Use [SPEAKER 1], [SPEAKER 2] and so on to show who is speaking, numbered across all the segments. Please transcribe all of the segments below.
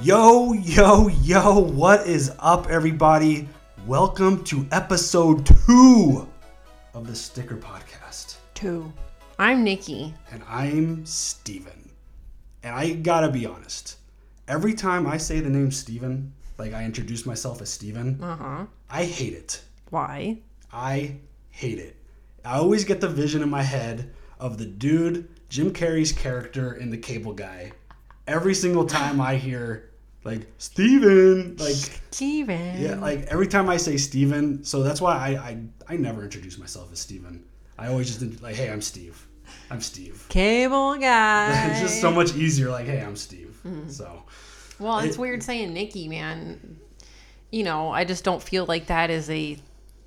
[SPEAKER 1] Yo, yo, yo, what is up, everybody? Welcome to episode two of the Sticker Podcast.
[SPEAKER 2] Two. I'm Nikki.
[SPEAKER 1] And I'm Steven. And I gotta be honest, every time I say the name Steven, like I introduce myself as Steven,
[SPEAKER 2] Uh-huh.
[SPEAKER 1] I hate it.
[SPEAKER 2] Why?
[SPEAKER 1] I hate it. I always get the vision in my head of the dude, Jim Carrey's character in The Cable Guy. Every single time I hear, like, Steven, like,
[SPEAKER 2] Steven.
[SPEAKER 1] yeah, like every time I say Steven, so that's why I, I, I never introduce myself as Steven. I always just, like, hey, I'm Steve. I'm Steve.
[SPEAKER 2] Cable guy.
[SPEAKER 1] It's just so much easier, like, hey, I'm Steve.
[SPEAKER 2] Mm.
[SPEAKER 1] So,
[SPEAKER 2] Well, it's
[SPEAKER 1] it-
[SPEAKER 2] weird saying Nikki, man. You know, I just don't feel like that is a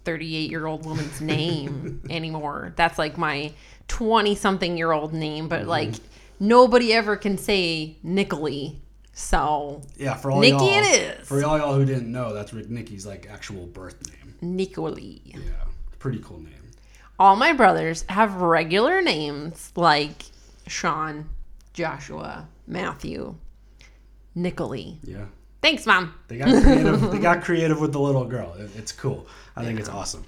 [SPEAKER 2] 38 year old woman's name anymore. That's like my 20 something year old name,
[SPEAKER 1] Mm-hmm.
[SPEAKER 2] but like nobody ever can say Nicoli. So,
[SPEAKER 1] yeah, for all
[SPEAKER 2] Nikki
[SPEAKER 1] y'all.
[SPEAKER 2] it is.
[SPEAKER 1] For all y'all who didn't know, that's Rick Nicky's, like, actual birth name.
[SPEAKER 2] Nicoli.
[SPEAKER 1] Yeah, pretty cool name.
[SPEAKER 2] all my brothers have regular names like Sean, Joshua, Matthew, Nicoli.
[SPEAKER 1] Yeah.
[SPEAKER 2] Thanks, Mom.
[SPEAKER 1] They got creative. they got creative with the little girl. It- it's cool. I think it's awesome.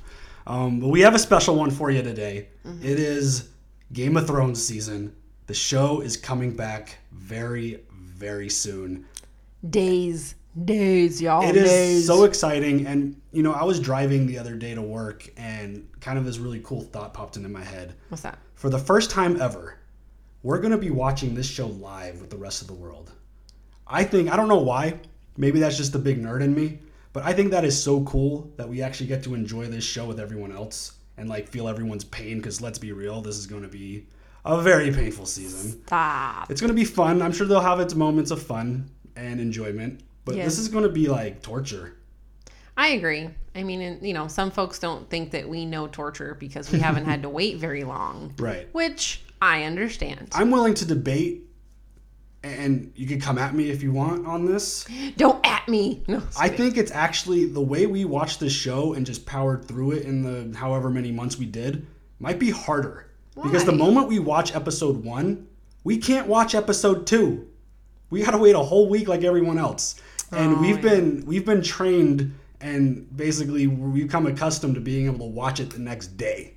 [SPEAKER 1] Um, but we have a special one for you today. It is Game of Thrones season. The show is coming back very, very soon.
[SPEAKER 2] Days, days, y'all.
[SPEAKER 1] It is
[SPEAKER 2] days.
[SPEAKER 1] so exciting. And you know, I was driving the other day to work, and kind of this really cool thought popped into my head.
[SPEAKER 2] What's that?
[SPEAKER 1] For the first time ever, we're going to be watching this show live with the rest of the world. I think, I don't know why, maybe that's just the big nerd in me, but I think that is so cool that we actually get to enjoy this show with everyone else and like feel everyone's pain because let's be real, this is going to be a very painful season.
[SPEAKER 2] Stop.
[SPEAKER 1] It's going to be fun. I'm sure they'll have its moments of fun and enjoyment, but this
[SPEAKER 2] Yes.
[SPEAKER 1] is going to be like torture.
[SPEAKER 2] I agree. I mean, and, you know, some folks don't think that we know torture because we haven't had to wait very long,
[SPEAKER 1] Right.
[SPEAKER 2] which I understand.
[SPEAKER 1] I'm willing to debate and you can come at me if you want on this.
[SPEAKER 2] don't at me. No,
[SPEAKER 1] I think it's actually the way we watched this show and just powered through it in the however many months we did might be harder. Because the
[SPEAKER 2] Why?
[SPEAKER 1] moment we watch episode one, we can't watch episode two. We gotta wait a whole week like everyone else. And
[SPEAKER 2] Oh,
[SPEAKER 1] we've
[SPEAKER 2] yeah.
[SPEAKER 1] been we've been trained and basically we become accustomed to being able to watch it the next day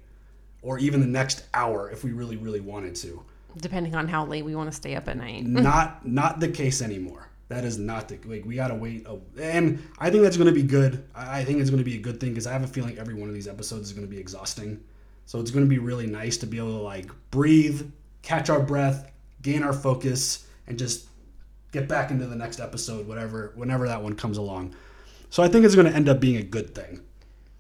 [SPEAKER 1] or even the next hour if we really, really wanted to.
[SPEAKER 2] depending on how late we want to stay up at night.
[SPEAKER 1] not not the case anymore. That is not the like we gotta wait. A, and I think that's gonna be good. I I think it's gonna be a good thing because I have a feeling every one of these episodes is gonna be exhausting. So it's gonna be really nice to be able to like breathe, catch our breath, gain our focus, and just get back into the next episode, whatever whenever that one comes along. So I think it's gonna end up being a good thing.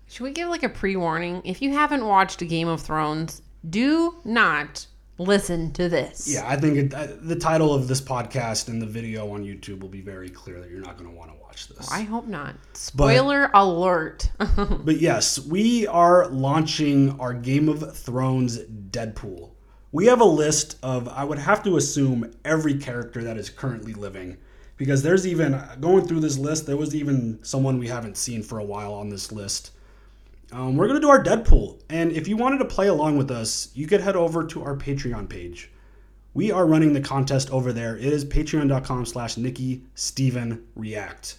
[SPEAKER 2] Should we give like a pre warning? If you haven't watched Game of Thrones, do not listen to this.
[SPEAKER 1] Yeah, I think it, I, the title of this podcast and the video on YouTube will be very clear that you're not gonna want to watch this.
[SPEAKER 2] I hope not. Spoiler alert.
[SPEAKER 1] But yes, we are launching our Game of Thrones Deadpool. We have a list of, I would have to assume, every character that is currently living. Because there's even, going through this list, there was even someone we haven't seen for a while on this list. Um, we're going to do our Deadpool. And if you wanted to play along with us, you could head over to our Patreon page. We are running the contest over there. It is patreon.com slash Nikki Steven React.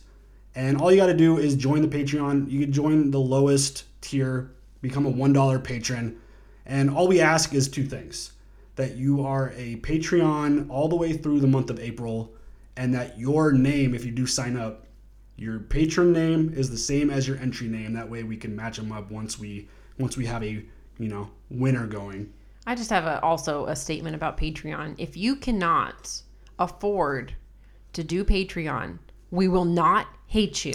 [SPEAKER 1] And all you got to do is join the Patreon. You can join the lowest tier, become a $1 patron. And all we ask is two things that you are a Patreon all the way through the month of April, and that your name, if you do sign up, your patron name is the same as your entry name. That way we can match them up once we once we have a you know winner going.
[SPEAKER 2] I just have a, also a statement about Patreon. If you cannot afford to do Patreon, we will not hate you.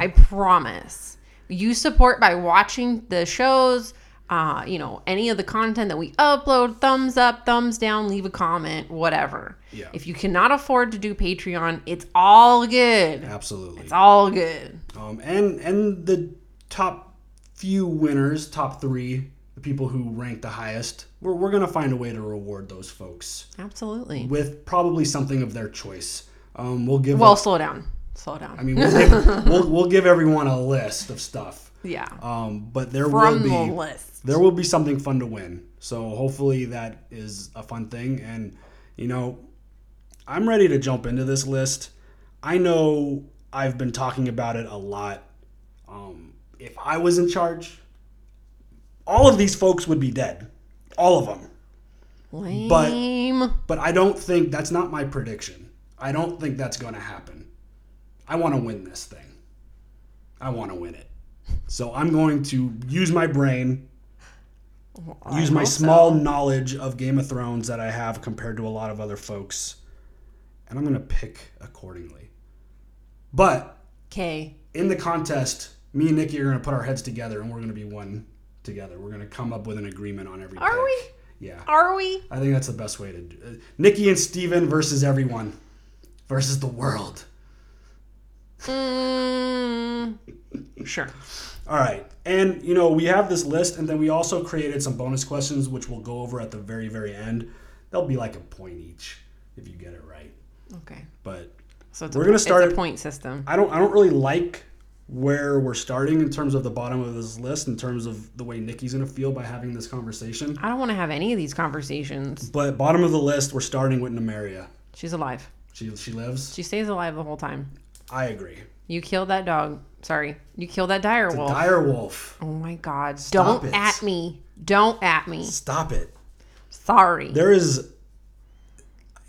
[SPEAKER 2] I promise. You support by watching the shows, uh, you know, any of the content that we upload, thumbs up, thumbs down, leave a comment, whatever.
[SPEAKER 1] Yeah.
[SPEAKER 2] If you cannot afford to do Patreon, it's all good.
[SPEAKER 1] Absolutely.
[SPEAKER 2] It's all good.
[SPEAKER 1] Um, and and the top few winners, top three, the people who rank the highest, we're, we're gonna find a way to reward those folks
[SPEAKER 2] Absolutely.
[SPEAKER 1] with probably something of their choice. Um, we'll give.
[SPEAKER 2] Well, slow down. Slow down.
[SPEAKER 1] I mean, we'll give, we'll, we'll give everyone a list of stuff.
[SPEAKER 2] yeah.
[SPEAKER 1] Um, but there will
[SPEAKER 2] From
[SPEAKER 1] be
[SPEAKER 2] the list.
[SPEAKER 1] there will be something fun to win. So hopefully that is a fun thing. And you know, I'm ready to jump into this list. I know I've been talking about it a lot. Um, if I was in charge, all of these folks would be dead. All of them.
[SPEAKER 2] Lame.
[SPEAKER 1] But I don't think that's not my prediction. I don't think that's going to happen. I want to win this thing. I want to win it. So I'm going to use my brain,
[SPEAKER 2] I
[SPEAKER 1] use my
[SPEAKER 2] hope so.
[SPEAKER 1] small knowledge of Game of Thrones that I have compared to a lot of other folks, and I'm going to pick accordingly. But
[SPEAKER 2] Okay.
[SPEAKER 1] in the contest, me and Nikki are going to put our heads together and we're going to be one together. We're going to come up with an agreement on everything.
[SPEAKER 2] Are we?
[SPEAKER 1] Yeah.
[SPEAKER 2] Are we?
[SPEAKER 1] I think that's the best way to do it. Nikki and Steven versus everyone versus the world.
[SPEAKER 2] Mm, sure.
[SPEAKER 1] All right. And, you know, we have this list, and then we also created some bonus questions, which we'll go over at the very, very end. They'll be like a point each if you get it right.
[SPEAKER 2] Okay.
[SPEAKER 1] But
[SPEAKER 2] So it's
[SPEAKER 1] We're
[SPEAKER 2] a,
[SPEAKER 1] gonna
[SPEAKER 2] po-
[SPEAKER 1] start
[SPEAKER 2] it's
[SPEAKER 1] at-
[SPEAKER 2] a point system.
[SPEAKER 1] I don't, I don't really like where we're starting in terms of the bottom of this list, in terms of the way Nikki's going to feel by having this conversation.
[SPEAKER 2] I don't want to have any of these conversations.
[SPEAKER 1] But bottom of the list, we're starting with Namaria.
[SPEAKER 2] She's alive.
[SPEAKER 1] She, she lives.
[SPEAKER 2] She stays alive the whole time.
[SPEAKER 1] I agree.
[SPEAKER 2] You killed that dog. Sorry. You killed that dire wolf.
[SPEAKER 1] Dire wolf.
[SPEAKER 2] oh my god.
[SPEAKER 1] Stop
[SPEAKER 2] Don't
[SPEAKER 1] it.
[SPEAKER 2] at me. Don't at me.
[SPEAKER 1] Stop it.
[SPEAKER 2] Sorry.
[SPEAKER 1] there is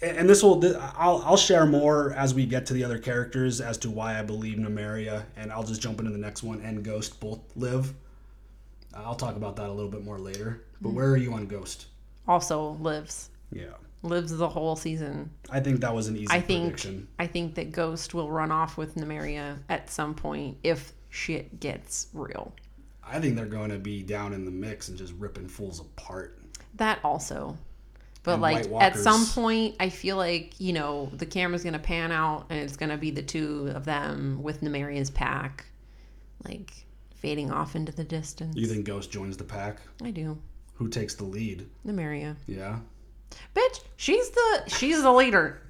[SPEAKER 1] and this will I'll, I'll share more as we get to the other characters as to why i believe Numeria, and i'll just jump into the next one and ghost both live Uh, i'll talk about that a little bit more later but where are you on ghost
[SPEAKER 2] also lives.
[SPEAKER 1] yeah
[SPEAKER 2] Lives the whole season.
[SPEAKER 1] i think that was an easy
[SPEAKER 2] I think
[SPEAKER 1] prediction
[SPEAKER 2] I think that Ghost will run off with Nymeria at some point if shit gets real.
[SPEAKER 1] i think they're going to be down in the mix and just ripping fools apart
[SPEAKER 2] That also. But
[SPEAKER 1] And
[SPEAKER 2] like
[SPEAKER 1] White
[SPEAKER 2] at some
[SPEAKER 1] Walkers.
[SPEAKER 2] point I feel like, you know, the camera's gonna pan out and it's gonna be the two of them with Numeria's pack like fading off into the distance.
[SPEAKER 1] you think ghost joins the pack
[SPEAKER 2] I do.
[SPEAKER 1] who takes the lead
[SPEAKER 2] Numeria.
[SPEAKER 1] yeah
[SPEAKER 2] Bitch, she's the she's the leader.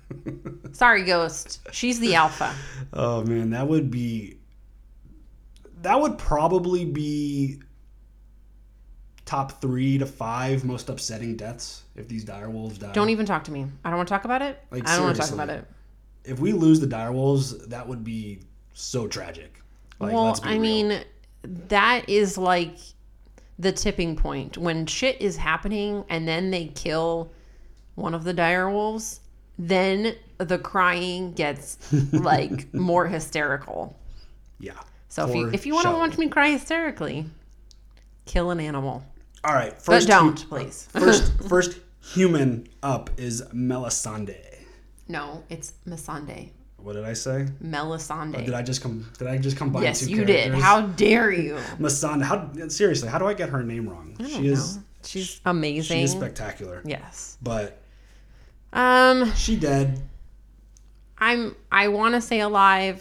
[SPEAKER 2] Sorry, Ghost. She's the alpha.
[SPEAKER 1] Oh man, that would be that would probably be top three to five most upsetting deaths if these direwolves die.
[SPEAKER 2] Don't even talk to me. I don't want to talk about it.
[SPEAKER 1] Like,
[SPEAKER 2] I don't want to talk
[SPEAKER 1] seriously.
[SPEAKER 2] about it.
[SPEAKER 1] if we lose the direwolves, that would be so tragic. Like,
[SPEAKER 2] well,
[SPEAKER 1] let's be
[SPEAKER 2] I
[SPEAKER 1] real.
[SPEAKER 2] mean, that is like the tipping point when shit is happening and then they kill one of the dire wolves, then the crying gets like more hysterical.
[SPEAKER 1] yeah.
[SPEAKER 2] So if you
[SPEAKER 1] For
[SPEAKER 2] if you want to
[SPEAKER 1] sure.
[SPEAKER 2] watch me cry hysterically, kill an animal.
[SPEAKER 1] All right, first
[SPEAKER 2] but don't,
[SPEAKER 1] hu-
[SPEAKER 2] please.
[SPEAKER 1] first first human up is Melisande.
[SPEAKER 2] no, it's Masande.
[SPEAKER 1] What did I say? Did
[SPEAKER 2] Melisande.
[SPEAKER 1] I just come? Did I just combine
[SPEAKER 2] Yes,
[SPEAKER 1] two
[SPEAKER 2] you
[SPEAKER 1] characters?
[SPEAKER 2] did. How dare you?
[SPEAKER 1] Melisande? How seriously? How do I get her name wrong?
[SPEAKER 2] I don't
[SPEAKER 1] she is
[SPEAKER 2] know. she's
[SPEAKER 1] she
[SPEAKER 2] amazing.
[SPEAKER 1] is spectacular.
[SPEAKER 2] yes.
[SPEAKER 1] But
[SPEAKER 2] Um
[SPEAKER 1] She dead.
[SPEAKER 2] I'm I want to say alive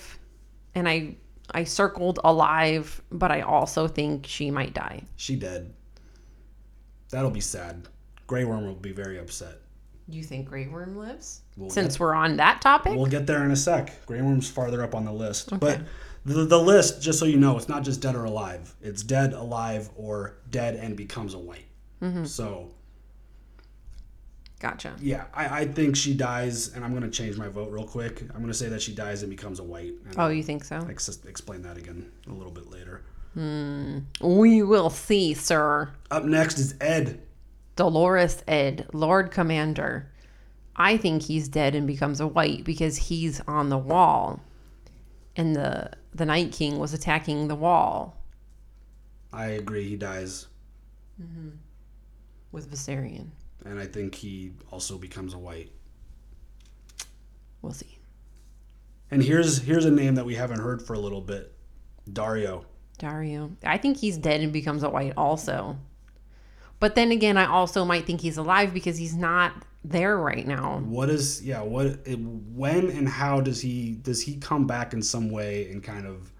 [SPEAKER 2] and I I circled alive, but I also think she might die.
[SPEAKER 1] She dead. That'll be sad. Grey Worm will be very upset.
[SPEAKER 2] You think Grey Worm lives?
[SPEAKER 1] We'll
[SPEAKER 2] Since we're on that topic?
[SPEAKER 1] We'll get there in a sec. Grey Worm's farther up on the list. But the, the list, just so you know, it's not just dead or alive. It's dead, alive, or dead and becomes a white. So,
[SPEAKER 2] gotcha.
[SPEAKER 1] yeah, I, I think she dies, and I'm going to change my vote real quick. I'm going to say that she dies and becomes a white. And
[SPEAKER 2] Oh, you think so?
[SPEAKER 1] ex- explain that again a little bit later.
[SPEAKER 2] We will see, sir.
[SPEAKER 1] Up next is Ed.
[SPEAKER 2] Dolores Ed, Lord Commander. I think he's dead and becomes a white because he's on the wall. And the the Night King was attacking the wall
[SPEAKER 1] I agree, he dies,
[SPEAKER 2] with Viserion.
[SPEAKER 1] and I think he also becomes a white.
[SPEAKER 2] We'll see.
[SPEAKER 1] And here's here's a name that we haven't heard for a little bit, Dario.
[SPEAKER 2] Dario. I think he's dead and becomes a white also. But then again, I also might think he's alive because he's not there right now.
[SPEAKER 1] What is yeah? What it, when and how does he does he come back in some way and kind of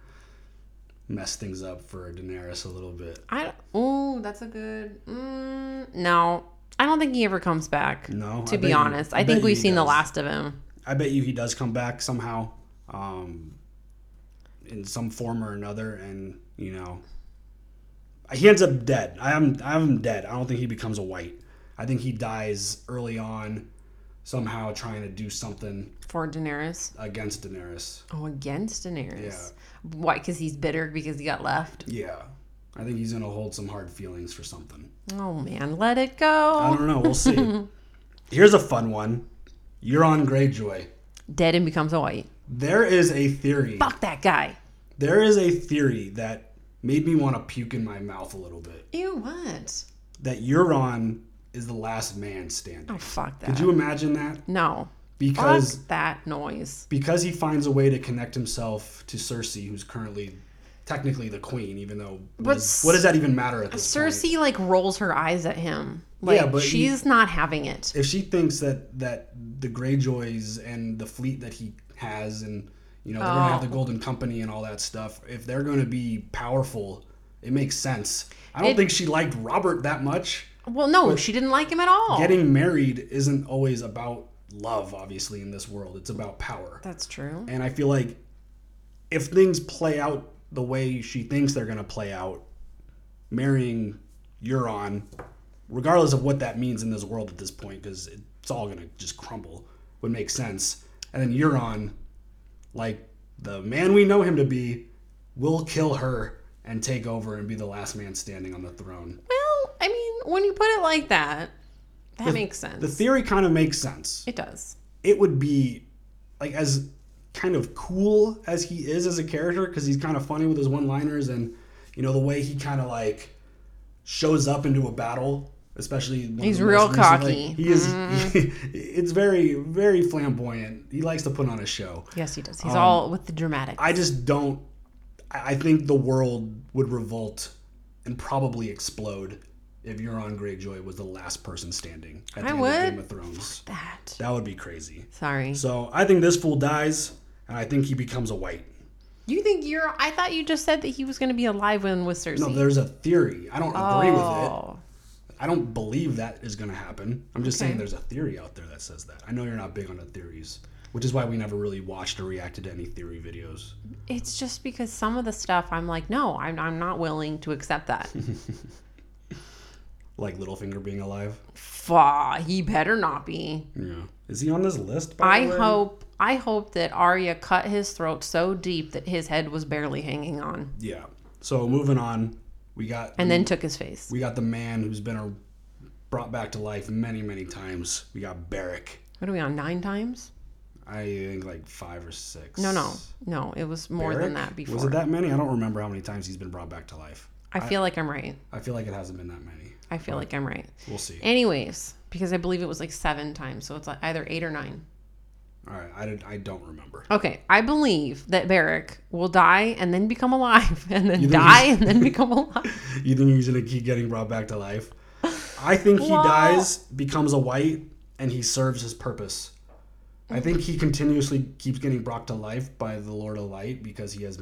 [SPEAKER 1] mess things up for Daenerys a little bit?
[SPEAKER 2] I oh, that's a good. Mm, no, I don't think he ever comes back.
[SPEAKER 1] No,
[SPEAKER 2] to
[SPEAKER 1] I bet
[SPEAKER 2] be
[SPEAKER 1] you-
[SPEAKER 2] honest,
[SPEAKER 1] I
[SPEAKER 2] I think
[SPEAKER 1] bet
[SPEAKER 2] we've
[SPEAKER 1] he
[SPEAKER 2] seen the
[SPEAKER 1] does.
[SPEAKER 2] last of him.
[SPEAKER 1] I bet you he does come back somehow, um, in some form or another, and you know he ends up dead. I am I am dead. I don't think he becomes a white. I think he dies early on, somehow trying to do something
[SPEAKER 2] for Daenerys.
[SPEAKER 1] against Daenerys.
[SPEAKER 2] Oh, against Daenerys. Why? Because he's bitter because he got left.
[SPEAKER 1] Yeah. I think he's going to hold some hard feelings for something.
[SPEAKER 2] Oh man, let it
[SPEAKER 1] I
[SPEAKER 2] go.
[SPEAKER 1] don't know. We'll see. Here's a fun one. You're on Greyjoy.
[SPEAKER 2] Dead and becomes a white.
[SPEAKER 1] There is a theory.
[SPEAKER 2] Fuck that guy.
[SPEAKER 1] There is a theory that made me want to puke in my mouth a little bit.
[SPEAKER 2] Ew, what?
[SPEAKER 1] That Euron is the last man standing.
[SPEAKER 2] Oh, fuck that.
[SPEAKER 1] Could you imagine that?
[SPEAKER 2] no.
[SPEAKER 1] Because
[SPEAKER 2] Fuck that noise.
[SPEAKER 1] because he finds a way to connect himself to Cersei, who's currently technically the queen, even though what,
[SPEAKER 2] But
[SPEAKER 1] does, what does that even matter at this point?
[SPEAKER 2] Cersei like rolls her eyes at him. Like
[SPEAKER 1] but you-
[SPEAKER 2] she's not having it.
[SPEAKER 1] if she thinks that that the Greyjoys and the fleet that he has, and you know they're gonna
[SPEAKER 2] Oh.
[SPEAKER 1] have the Golden Company and all that stuff, if they're gonna be powerful, it makes sense. I don't think she liked Robert that much.
[SPEAKER 2] Well, no, she didn't like him at all.
[SPEAKER 1] Getting married isn't always about love, obviously, in this world. It's about power.
[SPEAKER 2] That's true.
[SPEAKER 1] And I feel like if things play out the way she thinks they're going to play out, marrying Euron, regardless of what that means in this world at this point, because it's all going to just crumble, would make sense. And then Euron, like the man we know him to be, will kill her and take over and be the last man standing on the throne.
[SPEAKER 2] Well, I mean, when you put it like that, that makes sense.
[SPEAKER 1] The theory kind of makes sense.
[SPEAKER 2] it does.
[SPEAKER 1] it would be like as kind of cool as he is as a character because he's kind of funny with his one-liners and you know the way he kind of like shows up into a battle especially one of
[SPEAKER 2] He's
[SPEAKER 1] the
[SPEAKER 2] real
[SPEAKER 1] most recent, like,
[SPEAKER 2] cocky. Mm-hmm.
[SPEAKER 1] he is it's very very flamboyant he likes to put on a show
[SPEAKER 2] Yes, he does. He's all with the dramatic.
[SPEAKER 1] Um, i just don't i I think the world would revolt and probably explode if Euron Greyjoy was the last person standing at the
[SPEAKER 2] I
[SPEAKER 1] end
[SPEAKER 2] would.
[SPEAKER 1] of Game of Thrones.
[SPEAKER 2] that.
[SPEAKER 1] That would be crazy.
[SPEAKER 2] Sorry.
[SPEAKER 1] So I think this fool dies, and I think he becomes a white.
[SPEAKER 2] you think you're? I thought you just said that he was going to be alive when with Cersei.
[SPEAKER 1] No, there's a theory. I don't agree with
[SPEAKER 2] oh,
[SPEAKER 1] it. I don't believe that is going to happen. I'm just saying
[SPEAKER 2] Okay.
[SPEAKER 1] there's a theory out there that says that. I know you're not big on the theories, which is why we never really watched or reacted to any theory videos.
[SPEAKER 2] it's just because some of the stuff I'm like, no, I'm I'm not willing to accept that.
[SPEAKER 1] Like Littlefinger being alive.
[SPEAKER 2] Fuck, he better not be.
[SPEAKER 1] Yeah. Is he on this list? By
[SPEAKER 2] I
[SPEAKER 1] the way?
[SPEAKER 2] hope. I hope that Arya cut his throat so deep that his head was barely hanging on,
[SPEAKER 1] Yeah. So moving on, we got
[SPEAKER 2] and then took his face.
[SPEAKER 1] we got the man who's been a, brought back to life many many times. We got Barrick.
[SPEAKER 2] What are we on? Nine times?
[SPEAKER 1] I think like five or six.
[SPEAKER 2] No, no, no. It was more than
[SPEAKER 1] Eric?
[SPEAKER 2] that before.
[SPEAKER 1] Was it that many? I don't remember how many times he's been brought back to life.
[SPEAKER 2] I feel like I'm right.
[SPEAKER 1] I Oh. feel like it hasn't been that many.
[SPEAKER 2] I feel like I'm right.
[SPEAKER 1] We'll see.
[SPEAKER 2] Anyways, because I believe it was like seven times, so it's like either eight or nine.
[SPEAKER 1] All right, I, did, I don't remember.
[SPEAKER 2] Okay, I believe that Barrick will die and then become alive, and then
[SPEAKER 1] think
[SPEAKER 2] die and then become alive.
[SPEAKER 1] You think he's gonna keep getting brought back to life? I think he
[SPEAKER 2] Well-
[SPEAKER 1] dies, becomes a white, and he serves his purpose. I think he continuously keeps getting brought to life by the Lord of Light because he has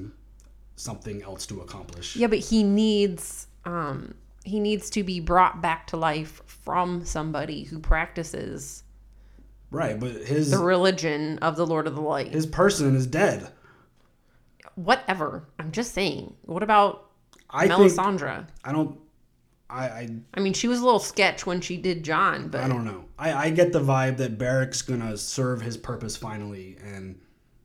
[SPEAKER 1] something else to accomplish.
[SPEAKER 2] Yeah, but he needs um he needs to be brought back to life from somebody who practices
[SPEAKER 1] Right, but his
[SPEAKER 2] the religion of the Lord of the Light.
[SPEAKER 1] his person is dead.
[SPEAKER 2] Whatever. I'm just saying. What about
[SPEAKER 1] I think
[SPEAKER 2] Melisandre?
[SPEAKER 1] I don't. I, I
[SPEAKER 2] I mean, she was a little sketch when she did John,
[SPEAKER 1] I
[SPEAKER 2] but
[SPEAKER 1] don't know. I, I get the vibe that Barrick's gonna serve his purpose finally, and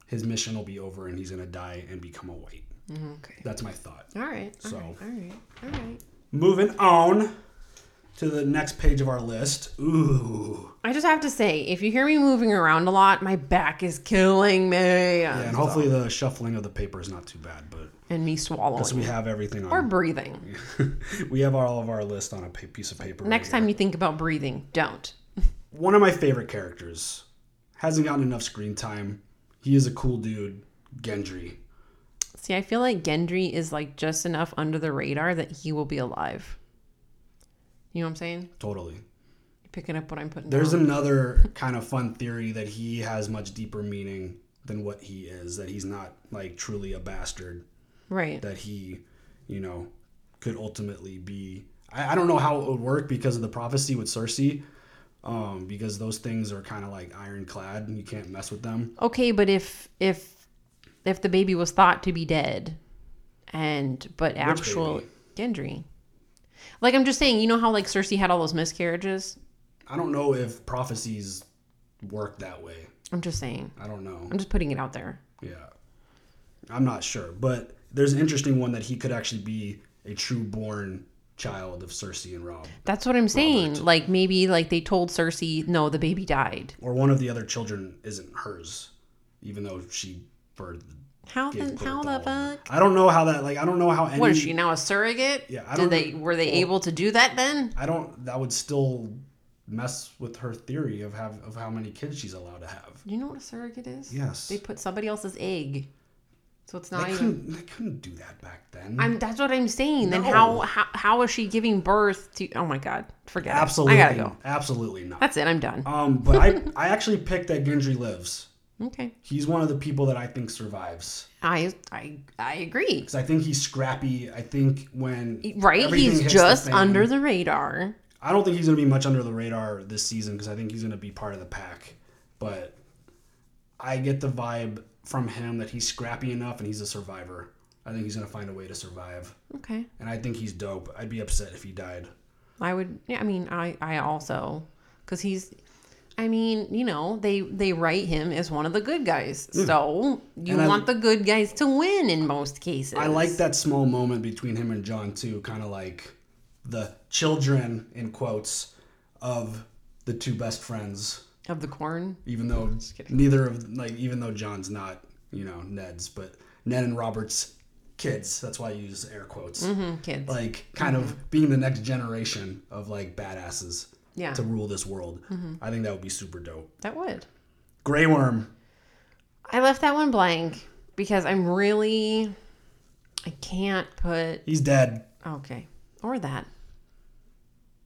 [SPEAKER 1] his mission will be over, and he's gonna die and become a white.
[SPEAKER 2] Mm-hmm, okay.
[SPEAKER 1] That's my thought.
[SPEAKER 2] All right. All
[SPEAKER 1] So-
[SPEAKER 2] right. All right. All right.
[SPEAKER 1] Moving on to the next page of our list. Ooh,
[SPEAKER 2] I just have to say, if you hear me moving around a lot, my back is killing me. um,
[SPEAKER 1] and hopefully the shuffling of the paper is not too bad, but
[SPEAKER 2] and me swallowing
[SPEAKER 1] so we have everything
[SPEAKER 2] or
[SPEAKER 1] on.
[SPEAKER 2] breathing.
[SPEAKER 1] we have all of our list on a pa- piece of paper. right
[SPEAKER 2] Next time you think about breathing, don't.
[SPEAKER 1] one of my favorite characters hasn't gotten enough screen time. He is a cool dude, Gendry.
[SPEAKER 2] See, I feel like Gendry is like just enough under the radar that he will be alive. You know what I'm saying?
[SPEAKER 1] Totally.
[SPEAKER 2] You're picking up what I'm putting
[SPEAKER 1] There's
[SPEAKER 2] down.
[SPEAKER 1] another kind of fun theory that he has much deeper meaning than what he is, that he's not like truly a bastard,
[SPEAKER 2] right.
[SPEAKER 1] that he, you know, could ultimately be. I, I don't know how it would work because of the prophecy with Cersei, um, because those things are kind of like ironclad and you can't mess with them.
[SPEAKER 2] Okay, but if if if the baby was thought to be dead, and but actual Gendry, like I'm just saying, you know how like Cersei had all those miscarriages.
[SPEAKER 1] I don't know if prophecies work that way.
[SPEAKER 2] I'm just saying.
[SPEAKER 1] I don't know.
[SPEAKER 2] I'm just putting it out there.
[SPEAKER 1] Yeah. I'm not sure, but there's an interesting one that he could actually be a true born child of Cersei and Rob,
[SPEAKER 2] That's what I'm saying. Like maybe like they told Cersei, no, the baby died.
[SPEAKER 1] or one of the other children isn't hers, even though she birthed.
[SPEAKER 2] How
[SPEAKER 1] gave
[SPEAKER 2] the
[SPEAKER 1] birth
[SPEAKER 2] how
[SPEAKER 1] to all
[SPEAKER 2] the
[SPEAKER 1] of them.
[SPEAKER 2] fuck?
[SPEAKER 1] I don't know how that like I don't know how any
[SPEAKER 2] What is she now a surrogate?
[SPEAKER 1] Yeah, I don't
[SPEAKER 2] Did they were they able to do that then?
[SPEAKER 1] I don't that would still mess with her theory of have of how many kids she's allowed to have.
[SPEAKER 2] Do you know what a surrogate is?
[SPEAKER 1] Yes.
[SPEAKER 2] They put somebody else's egg, so it's not
[SPEAKER 1] They
[SPEAKER 2] even.
[SPEAKER 1] couldn't they couldn't do that back then.
[SPEAKER 2] I'm, that's what I'm saying. Then
[SPEAKER 1] No.
[SPEAKER 2] how, how how is she giving birth to? Oh my God, forget
[SPEAKER 1] absolutely
[SPEAKER 2] it. I gotta go.
[SPEAKER 1] absolutely not.
[SPEAKER 2] That's it. I'm done.
[SPEAKER 1] Um but I I actually picked that Gendry lives.
[SPEAKER 2] Okay.
[SPEAKER 1] He's one of the people that I think survives.
[SPEAKER 2] I I I agree.
[SPEAKER 1] Because I think he's scrappy. I think when
[SPEAKER 2] E, Right?
[SPEAKER 1] everything
[SPEAKER 2] He's
[SPEAKER 1] hits
[SPEAKER 2] just
[SPEAKER 1] the fan-
[SPEAKER 2] under the radar.
[SPEAKER 1] I don't think he's going to be much under the radar this season because I think he's going to be part of the pack. But I get the vibe from him that he's scrappy enough and he's a survivor. I think he's going to find a way to survive,
[SPEAKER 2] Okay.
[SPEAKER 1] and I think he's dope. I'd be upset if he died.
[SPEAKER 2] I would. Yeah. I mean, I I also because he's. I mean, you know, they they write him as one of the good guys. So you
[SPEAKER 1] Hmm. And I-
[SPEAKER 2] want the good guys to win in most cases.
[SPEAKER 1] I like that small moment between him and John too, kind of like the children in quotes of the two best friends.
[SPEAKER 2] of the corn.
[SPEAKER 1] even though neither of like even though John's not you know Ned's, but Ned and Robert's kids. That's why I use air quotes.
[SPEAKER 2] Mm, Kids.
[SPEAKER 1] Like kind of being the next generation of like badasses
[SPEAKER 2] Yeah. Mm-hmm.
[SPEAKER 1] to rule this world. I think that would be super dope.
[SPEAKER 2] that would.
[SPEAKER 1] Grey Worm.
[SPEAKER 2] I left that one blank because I'm really I can't put
[SPEAKER 1] He's dead.
[SPEAKER 2] okay or that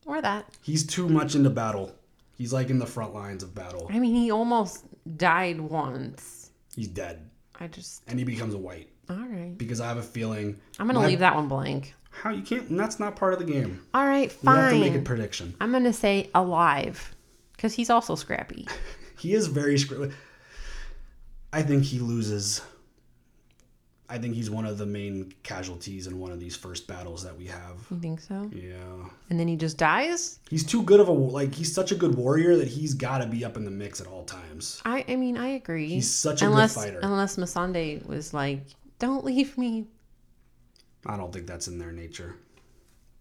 [SPEAKER 2] or that.
[SPEAKER 1] He's too much into battle. He's like in the front lines of battle.
[SPEAKER 2] I mean, he almost died once.
[SPEAKER 1] He's dead,
[SPEAKER 2] I just
[SPEAKER 1] and he becomes a white
[SPEAKER 2] all right.
[SPEAKER 1] because I have a feeling
[SPEAKER 2] I'm gonna
[SPEAKER 1] My-
[SPEAKER 2] leave that one blank.
[SPEAKER 1] how you can't. and That's not part of the game.
[SPEAKER 2] All right,
[SPEAKER 1] You have to make a
[SPEAKER 2] fine.
[SPEAKER 1] prediction.
[SPEAKER 2] I'm gonna say alive because he's also scrappy.
[SPEAKER 1] He is very screwy. I think he loses. I think he's one of the main casualties in one of these first battles that we have.
[SPEAKER 2] You think so?
[SPEAKER 1] Yeah.
[SPEAKER 2] And then he just dies.
[SPEAKER 1] He's too good of a like he's such a good warrior that he's got to be up in the mix at all times.
[SPEAKER 2] I I mean I agree.
[SPEAKER 1] He's such a good
[SPEAKER 2] unless,
[SPEAKER 1] fighter.
[SPEAKER 2] Unless Masande was like, "Don't leave me,
[SPEAKER 1] I don't think that's in their nature.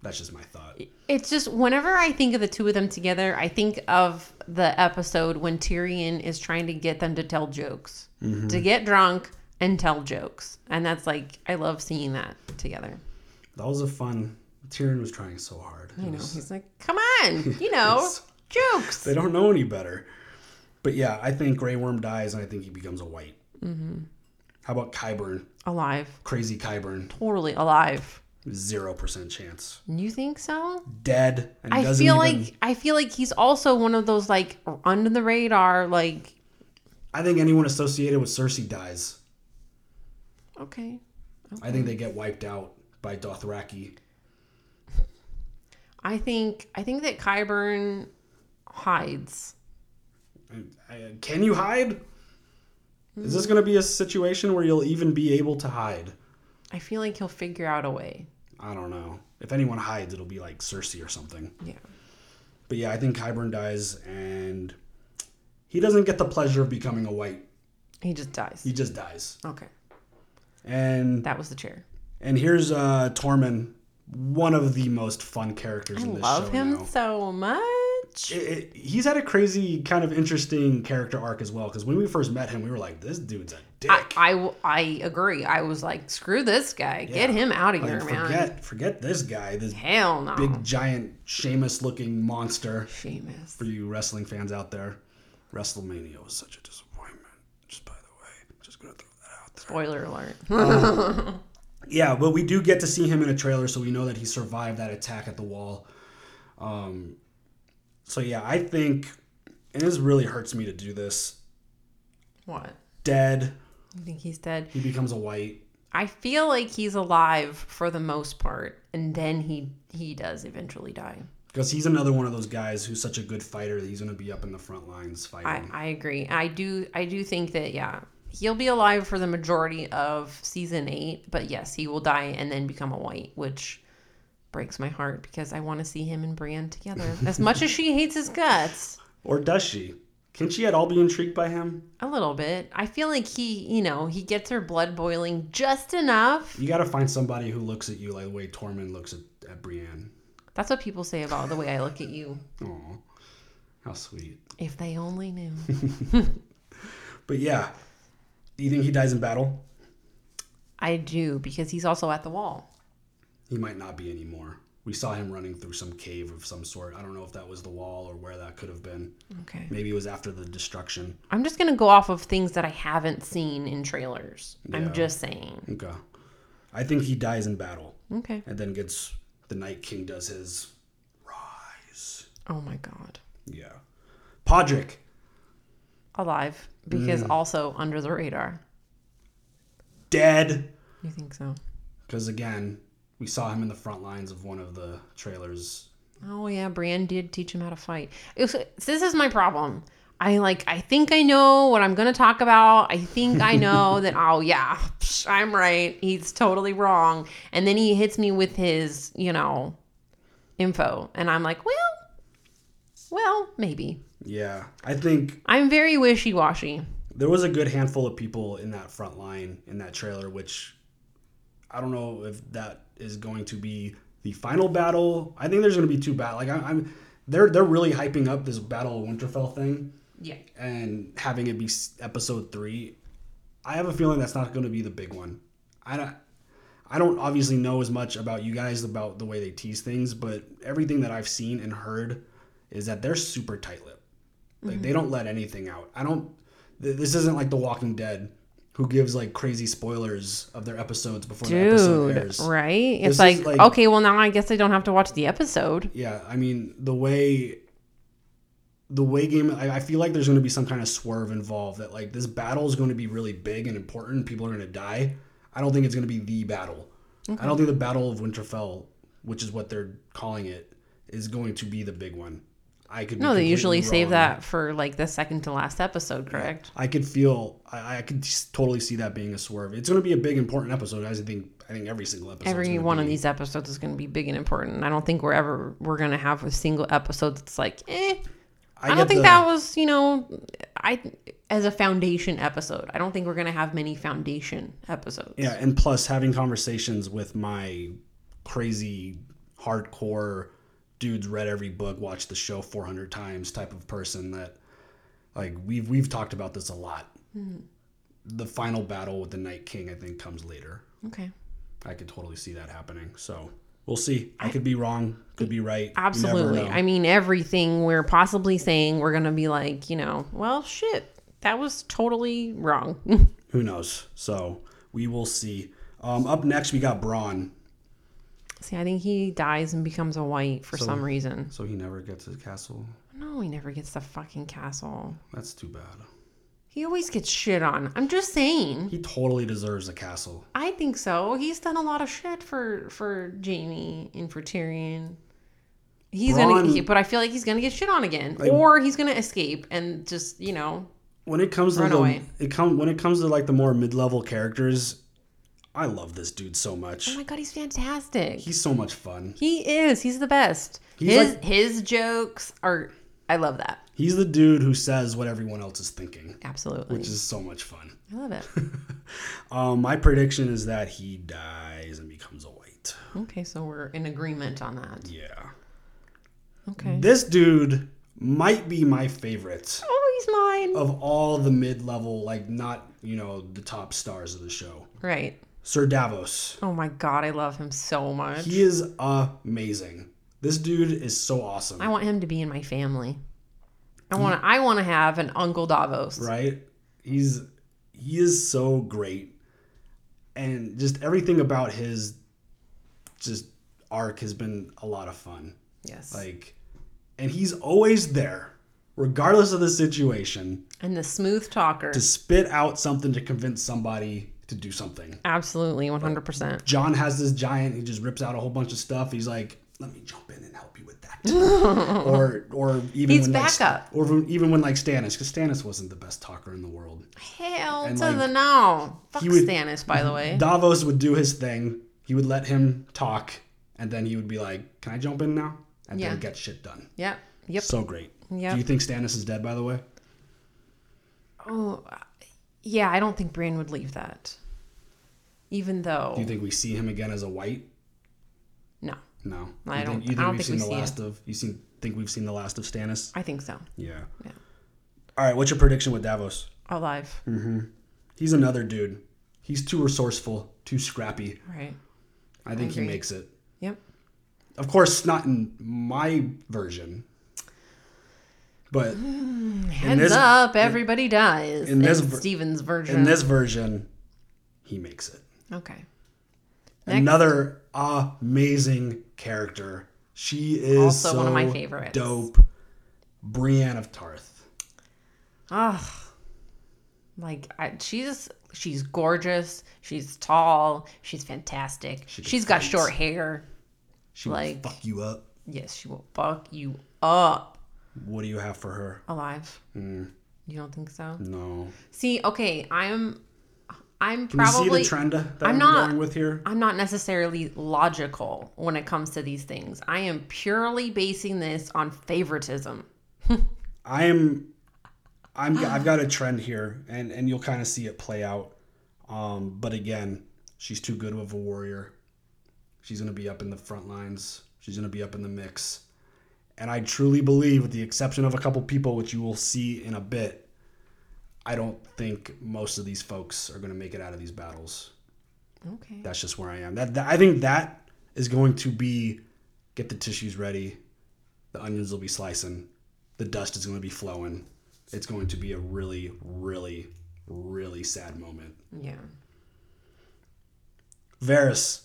[SPEAKER 1] That's just my thought.
[SPEAKER 2] It's just whenever I think of the two of them together, I think of the episode when Tyrion is trying to get them to tell jokes,
[SPEAKER 1] Mm-hmm.
[SPEAKER 2] to get drunk and tell jokes. And that's like, I love seeing that together.
[SPEAKER 1] That was a fun Tyrion was trying so hard.
[SPEAKER 2] You know, he's like, come on, you know, jokes.
[SPEAKER 1] They don't know any better. But yeah, I think Grey Worm dies and I think he becomes a white. Mm-hmm. How about Kyburn?
[SPEAKER 2] Alive,
[SPEAKER 1] Crazy Kyburn.
[SPEAKER 2] totally alive.
[SPEAKER 1] Zero percent chance.
[SPEAKER 2] You think so?
[SPEAKER 1] dead and
[SPEAKER 2] I
[SPEAKER 1] doesn't
[SPEAKER 2] feel
[SPEAKER 1] even,
[SPEAKER 2] like I feel like he's also one of those like under the radar, like
[SPEAKER 1] I think anyone associated with Cersei dies.
[SPEAKER 2] okay.
[SPEAKER 1] I think they get wiped out by Dothraki.
[SPEAKER 2] I think I think that Kyburn hides.
[SPEAKER 1] I- I- Can you hide? Is this going to be a situation where you'll even be able to hide?
[SPEAKER 2] I feel like he'll figure out a way.
[SPEAKER 1] I don't know. If anyone hides, it'll be like Cersei or something.
[SPEAKER 2] Yeah.
[SPEAKER 1] But yeah, I think Kyburn dies and he doesn't get the pleasure of becoming a white.
[SPEAKER 2] He just dies.
[SPEAKER 1] He just dies.
[SPEAKER 2] Okay.
[SPEAKER 1] And
[SPEAKER 2] That was the chair.
[SPEAKER 1] and here's uh Tormund, one of the most fun characters
[SPEAKER 2] I
[SPEAKER 1] in this
[SPEAKER 2] love
[SPEAKER 1] show
[SPEAKER 2] him
[SPEAKER 1] now.
[SPEAKER 2] so much.
[SPEAKER 1] it, it- he's had a crazy kind of interesting character arc as well because when we first met him we were like this dude's a dick
[SPEAKER 2] I, I, I agree. I was like, screw this guy. Get
[SPEAKER 1] Yeah.
[SPEAKER 2] him out of
[SPEAKER 1] Like,
[SPEAKER 2] here, man.
[SPEAKER 1] forget forget this guy this
[SPEAKER 2] Hell no.
[SPEAKER 1] big giant Seamus looking monster
[SPEAKER 2] Seamus.
[SPEAKER 1] for you wrestling fans out there WrestleMania was such a disappointment just by the way just gonna throw that out there
[SPEAKER 2] Spoiler alert.
[SPEAKER 1] Uh-huh. yeah but we do get to see him in a trailer so we know that he survived that attack at the wall um so yeah I think and this really hurts me to do this
[SPEAKER 2] what?
[SPEAKER 1] dead
[SPEAKER 2] You think he's dead?
[SPEAKER 1] he becomes a white
[SPEAKER 2] I feel like he's alive for the most part, and then he he does eventually die.
[SPEAKER 1] Because he's another one of those guys who's such a good fighter that he's going to be up in the front lines
[SPEAKER 2] I,
[SPEAKER 1] fighting.
[SPEAKER 2] I agree. I do I do think that yeah. He'll be alive for the majority of season eight, but yes, he will die and then become a white, which breaks my heart because I want to see him and Brienne together. As much as she hates his guts,
[SPEAKER 1] or does she? Can she at all be intrigued by him?
[SPEAKER 2] A little bit. I feel like he, you know, he gets her blood boiling just enough.
[SPEAKER 1] You got to find somebody who looks at you like the way Tormund looks at, at Brienne.
[SPEAKER 2] That's what people say about the way I look at you.
[SPEAKER 1] Aw, how sweet.
[SPEAKER 2] If they only knew.
[SPEAKER 1] But yeah, do you think he dies in battle?
[SPEAKER 2] I do, because he's also at the wall.
[SPEAKER 1] He might not be anymore. We saw him running through some cave of some sort. I don't know if that was the wall or where that could have been.
[SPEAKER 2] Okay.
[SPEAKER 1] Maybe it was after the destruction.
[SPEAKER 2] I'm just going to go off of things that I haven't seen in trailers.
[SPEAKER 1] Yeah.
[SPEAKER 2] I'm just saying.
[SPEAKER 1] Okay. I think he dies in battle
[SPEAKER 2] Okay.
[SPEAKER 1] and then gets the Night King does his rise.
[SPEAKER 2] Oh my God.
[SPEAKER 1] Yeah. Podrick.
[SPEAKER 2] Alive,
[SPEAKER 1] Mm.
[SPEAKER 2] because also under the radar.
[SPEAKER 1] dead.
[SPEAKER 2] You think so?
[SPEAKER 1] Because again, we saw him in the front lines of one of the trailers.
[SPEAKER 2] Oh yeah, Brienne did teach him how to fight. It was- this is my problem. I like. I think I know what I'm gonna talk about. I think I know that. Oh yeah, psh, I'm right. He's totally wrong. And then he hits me with his, you know, info, and I'm like, well, well, maybe.
[SPEAKER 1] Yeah, I think
[SPEAKER 2] I'm very wishy washy.
[SPEAKER 1] there was a good handful of people in that front line in that trailer, which I don't know if that is going to be the final battle. I think there's going to be two battle. Like I, I'm, they're they're really hyping up this Battle of Winterfell thing
[SPEAKER 2] Yeah.
[SPEAKER 1] and having it be s- episode three. I have a feeling that's not going to be the big one. I don't. I don't obviously know as much about you guys about the way they tease things, but everything that I've seen and heard is that they're super tight-lipped. Like they don't let anything out. I don't. Th- this isn't like The Walking Dead, who gives like crazy spoilers of their episodes before the episode
[SPEAKER 2] Dude,
[SPEAKER 1] airs.
[SPEAKER 2] right?
[SPEAKER 1] This is
[SPEAKER 2] It's like,
[SPEAKER 1] like-
[SPEAKER 2] okay, well now I guess I don't have to watch the episode.
[SPEAKER 1] Yeah, I mean the way. The way game, I, I feel like there's going to be some kind of swerve involved. That like this battle is going to be really big and important. People are going to die. I don't think it's going to be the battle. I don't think the Battle of Winterfell, which is what they're calling it, is going to be the big one. I could be
[SPEAKER 2] No, they usually
[SPEAKER 1] completely
[SPEAKER 2] save
[SPEAKER 1] wrong.
[SPEAKER 2] that for like the second to last episode, correct?
[SPEAKER 1] I could feel, I, I could s- totally see that being a swerve. It's going to be a big important episode. guys. I think, I think every single episode.
[SPEAKER 2] every one of these episodes is going to be big and important. I don't think we're ever we're going to have a single episode that's like, eh. I,
[SPEAKER 1] get
[SPEAKER 2] don't think
[SPEAKER 1] the-
[SPEAKER 2] that was, you know, I as a foundation episode. I don't think we're going to have many foundation episodes.
[SPEAKER 1] Yeah, and plus having conversations with my crazy hardcore dudes read every book, watched the show 400 times type of person that like we've we've talked about this a lot. The final battle with the Night King I think comes later.
[SPEAKER 2] Okay.
[SPEAKER 1] I could totally see that happening. So, we'll see. I could be wrong, could be right. You never
[SPEAKER 2] Absolutely.
[SPEAKER 1] know.
[SPEAKER 2] I mean, everything we're possibly saying, we're going to be like, you know, well, shit, that was totally wrong.
[SPEAKER 1] Who knows? So, we will see. Um, up next we got Braun.
[SPEAKER 2] See, I think he dies and becomes a white for some reason.
[SPEAKER 1] So he never gets his castle.
[SPEAKER 2] No, he never gets the fucking castle.
[SPEAKER 1] That's too bad.
[SPEAKER 2] He always gets shit on. I'm just saying.
[SPEAKER 1] He totally deserves a castle.
[SPEAKER 2] I think so. He's done a lot of shit for for Jamie and for Tyrion. He's gonna,
[SPEAKER 1] Bronn-
[SPEAKER 2] he- but I feel like he's gonna get shit on again, or he's gonna escape and just you know.
[SPEAKER 1] when it comes to the,
[SPEAKER 2] away.
[SPEAKER 1] it come when it comes to like the more mid level characters, I love this dude so much.
[SPEAKER 2] Oh my god, he's fantastic.
[SPEAKER 1] He's so much fun.
[SPEAKER 2] He is. He's the best.
[SPEAKER 1] He's
[SPEAKER 2] his
[SPEAKER 1] like-
[SPEAKER 2] his jokes are. I love that.
[SPEAKER 1] He's the dude who says what everyone else is thinking,
[SPEAKER 2] Absolutely,
[SPEAKER 1] which is so much fun.
[SPEAKER 2] I love it.
[SPEAKER 1] Um, my prediction is that he dies and becomes a white.
[SPEAKER 2] okay, so we're in agreement on that.
[SPEAKER 1] Yeah,
[SPEAKER 2] Okay.
[SPEAKER 1] this dude might be my favorite
[SPEAKER 2] Oh, he's mine.
[SPEAKER 1] of all the mid level, like not you know the top stars of the show.
[SPEAKER 2] Right.
[SPEAKER 1] Sir Davos.
[SPEAKER 2] Oh my god, I love him so much.
[SPEAKER 1] He is amazing. This dude is so awesome.
[SPEAKER 2] I want him to be in my family. I want to. I want to have an Uncle Davos.
[SPEAKER 1] right? He's he is so great, and just everything about his just arc has been a lot of fun.
[SPEAKER 2] Yes.
[SPEAKER 1] Like, and he's always there, regardless of the situation,
[SPEAKER 2] and the smooth talker.
[SPEAKER 1] to spit out something to convince somebody to do something.
[SPEAKER 2] Absolutely, one hundred percent.
[SPEAKER 1] John has this giant. He just rips out a whole bunch of stuff. He's like, "Let me jump in and help you with that." or, or even
[SPEAKER 2] He's
[SPEAKER 1] when like,
[SPEAKER 2] backup.
[SPEAKER 1] or when- even when like Stannis, because Stannis wasn't the best talker in the world.
[SPEAKER 2] Hell to
[SPEAKER 1] like,
[SPEAKER 2] the no! Fuck
[SPEAKER 1] he would-
[SPEAKER 2] Stannis, by the way.
[SPEAKER 1] Davos would do his thing. He would let him talk, and then he would be like, "Can I jump in now?" And
[SPEAKER 2] Yeah.
[SPEAKER 1] then get shit done.
[SPEAKER 2] Yep, yep.
[SPEAKER 1] So great.
[SPEAKER 2] Yeah.
[SPEAKER 1] Do you think Stannis is dead? By the way,
[SPEAKER 2] Oh, yeah. I don't think Bran would leave that. Even though,
[SPEAKER 1] Do you think we see him again as a white?
[SPEAKER 2] no,
[SPEAKER 1] No.
[SPEAKER 2] I
[SPEAKER 1] You
[SPEAKER 2] don't-
[SPEAKER 1] Think, you think
[SPEAKER 2] I don't
[SPEAKER 1] we've
[SPEAKER 2] think we
[SPEAKER 1] seen
[SPEAKER 2] see
[SPEAKER 1] the
[SPEAKER 2] it.
[SPEAKER 1] last of? You seen, think we've seen the last of Stannis?
[SPEAKER 2] I think so.
[SPEAKER 1] Yeah.
[SPEAKER 2] Yeah.
[SPEAKER 1] All right. What's your prediction with Davos?
[SPEAKER 2] Alive,
[SPEAKER 1] Hmm. He's another dude. He's too resourceful, too scrappy.
[SPEAKER 2] right?
[SPEAKER 1] I think he
[SPEAKER 2] agree.
[SPEAKER 1] makes it.
[SPEAKER 2] Yep.
[SPEAKER 1] Of course, not in my version. But
[SPEAKER 2] Heads
[SPEAKER 1] this-
[SPEAKER 2] up, everybody dies.
[SPEAKER 1] in
[SPEAKER 2] In,
[SPEAKER 1] this ver-
[SPEAKER 2] Steven's version.
[SPEAKER 1] in this version, he makes it.
[SPEAKER 2] okay.
[SPEAKER 1] Another amazing character. She is
[SPEAKER 2] Also one of my
[SPEAKER 1] so
[SPEAKER 2] favorites.
[SPEAKER 1] Dope. Brienne of Tarth.
[SPEAKER 2] Ah, like I, she's she's gorgeous. She's tall. She's fantastic.
[SPEAKER 1] She can
[SPEAKER 2] she's got
[SPEAKER 1] fight.
[SPEAKER 2] short hair.
[SPEAKER 1] She will
[SPEAKER 2] Like-
[SPEAKER 1] fuck you up.
[SPEAKER 2] Yes, she will fuck you up
[SPEAKER 1] What do you have for her?
[SPEAKER 2] alive.
[SPEAKER 1] Mm.
[SPEAKER 2] You don't think so?
[SPEAKER 1] No.
[SPEAKER 2] See, okay, I'm, I'm
[SPEAKER 1] Can
[SPEAKER 2] probably
[SPEAKER 1] you see the trend that
[SPEAKER 2] I'm
[SPEAKER 1] I'm
[SPEAKER 2] not-
[SPEAKER 1] going with here?
[SPEAKER 2] I'm not necessarily logical when it comes to these things. I am purely basing this on favoritism.
[SPEAKER 1] I am I'm I've got a trend here and and you'll kind of see it play out. Um but again, she's too good of a warrior. She's going to be up in the front lines. She's going to be up in the mix. And I truly believe with the exception of a couple people which you will see in a bit, I don't think most of these folks are going to make it out of these battles.
[SPEAKER 2] Okay.
[SPEAKER 1] That's just where I am. That, that I think that is going to be get the tissues ready. The onions will be slicing. The dust is going to be flowing. It's going to be a really, really, really sad moment.
[SPEAKER 2] Yeah.
[SPEAKER 1] Varys,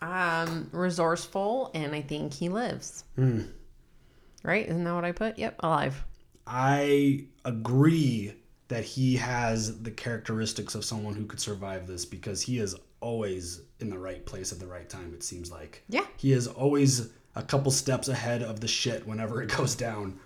[SPEAKER 2] Um, resourceful, and I think he lives. Right? Isn't that what I put? Yep, alive.
[SPEAKER 1] I agree that he has the characteristics of someone who could survive this because he is always in the right place at the right time, it seems like.
[SPEAKER 2] Yeah.
[SPEAKER 1] He is always a couple steps ahead of the shit whenever it goes down.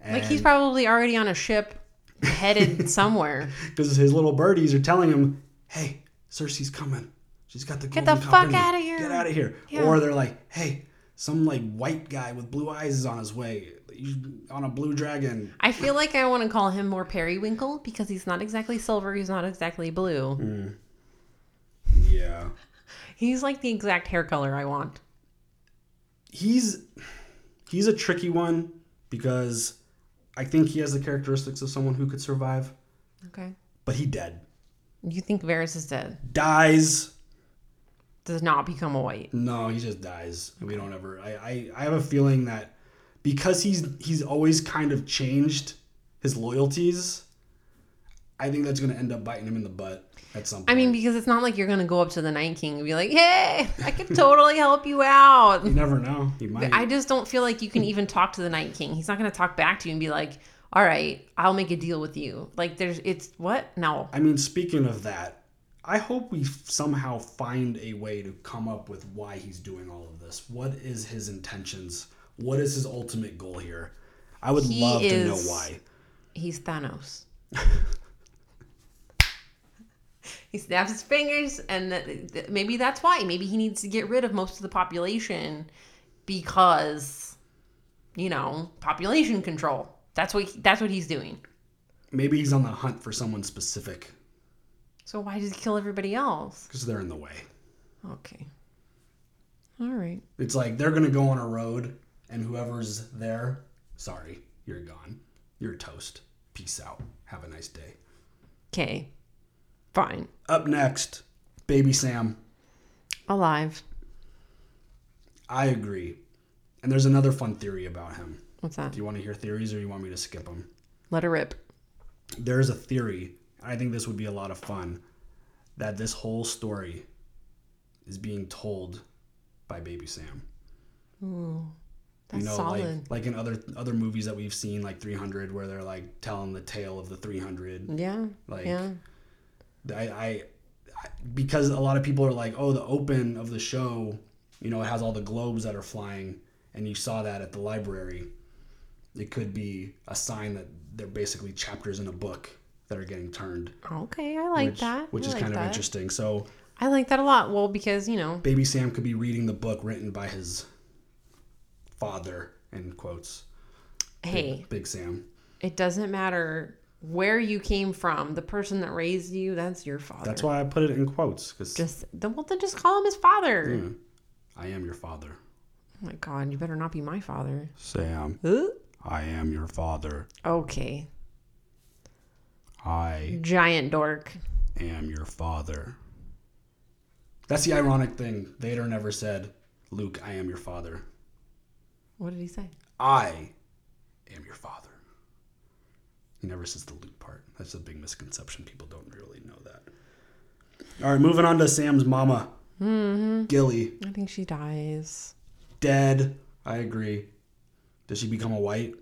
[SPEAKER 1] And
[SPEAKER 2] Like he's probably already on a ship, headed somewhere.
[SPEAKER 1] because his little birdies are telling him, "Hey, Cersei's coming. She's got the
[SPEAKER 2] the
[SPEAKER 1] golden
[SPEAKER 2] fuck
[SPEAKER 1] company.
[SPEAKER 2] outta here."
[SPEAKER 1] Get out of here!" Or they're like, "Hey, some like white guy with blue eyes is on his way. He's on a blue dragon."
[SPEAKER 2] I feel like I want to call him more periwinkle because he's not exactly silver. He's not exactly blue.
[SPEAKER 1] Yeah,
[SPEAKER 2] He's like the exact hair color I want.
[SPEAKER 1] he's he's a tricky one because I think he has the characteristics of someone who could survive,
[SPEAKER 2] Okay.
[SPEAKER 1] but he dead
[SPEAKER 2] You think Varys is dead?
[SPEAKER 1] dies.
[SPEAKER 2] Does not become a white.
[SPEAKER 1] No, he just dies. We don't ever. I, I I have a feeling that because he's he's always kind of changed his loyalties. I think that's going to end up biting him in the butt at some point.
[SPEAKER 2] I mean, because it's not like you're gonna go up to the Night King and be like, "Hey, I can totally help you out."
[SPEAKER 1] you never know. He might.
[SPEAKER 2] I just don't feel like you can even talk to the Night King. He's not gonna talk back to you and be like, "All right, I'll make a deal with you." Like, there's, it's what? No,
[SPEAKER 1] I mean, speaking of that, I hope we somehow find a way to come up with why he's doing all of this. What is his intentions? What is his ultimate goal here? I would
[SPEAKER 2] He
[SPEAKER 1] love to know
[SPEAKER 2] is-
[SPEAKER 1] why.
[SPEAKER 2] he's Thanos. he snaps his fingers, and th- th- maybe that's why. Maybe he needs to get rid of most of the population because, you know, population control. That's what that's what he's doing.
[SPEAKER 1] Maybe he's on the hunt for someone specific
[SPEAKER 2] So why does he kill everybody else?
[SPEAKER 1] because they're in the way.
[SPEAKER 2] Okay. All right.
[SPEAKER 1] It's like they're gonna go on a road, and whoever's there, sorry, you're gone. You're toast. Peace out. Have a nice day.
[SPEAKER 2] Okay. Fine.
[SPEAKER 1] Up next, Baby Sam.
[SPEAKER 2] Alive.
[SPEAKER 1] I agree. And there's another fun theory about him.
[SPEAKER 2] What's that?
[SPEAKER 1] Do you want to hear theories, or you want me to skip them?
[SPEAKER 2] Let her rip.
[SPEAKER 1] There is a theory, and I think this would be a lot of fun, that this whole story is being told by Baby Sam.
[SPEAKER 2] That's
[SPEAKER 1] you know,
[SPEAKER 2] solid.
[SPEAKER 1] like like in other other movies that we've seen, like 300, where they're like telling the tale of the 300.
[SPEAKER 2] yeah.
[SPEAKER 1] Like,
[SPEAKER 2] yeah.
[SPEAKER 1] I, I, I because a lot of people are like, oh, the open of the show, you know, it has all the globes that are flying, and you saw that at the library. It could be a sign that they're basically chapters in a book that are getting turned,
[SPEAKER 2] Okay, I like
[SPEAKER 1] which,
[SPEAKER 2] that.
[SPEAKER 1] which
[SPEAKER 2] I
[SPEAKER 1] is
[SPEAKER 2] like
[SPEAKER 1] kind
[SPEAKER 2] that.
[SPEAKER 1] of interesting. So,
[SPEAKER 2] I like that a lot. Well, because you know,
[SPEAKER 1] Baby Sam could be reading the book written by his father, in quotes,
[SPEAKER 2] hey,
[SPEAKER 1] Big Sam.
[SPEAKER 2] it doesn't matter where you came from, the person that raised you, that's your father.
[SPEAKER 1] That's why I put it in quotes because
[SPEAKER 2] just then well then just call him his father.
[SPEAKER 1] I am your father.
[SPEAKER 2] Oh my god, you better not be my father.
[SPEAKER 1] Sam,
[SPEAKER 2] Huh?
[SPEAKER 1] I am your father.
[SPEAKER 2] Okay.
[SPEAKER 1] I
[SPEAKER 2] Giant dork.
[SPEAKER 1] am your father. That's the ironic thing. Vader never said, Luke, I am your father.
[SPEAKER 2] What did he say?
[SPEAKER 1] I am your father. He never says the Luke part. That's a big misconception. People don't really know that. All right, moving on to Sam's mama, Gilly.
[SPEAKER 2] I think she dies.
[SPEAKER 1] Dead. I agree. Does she become a white?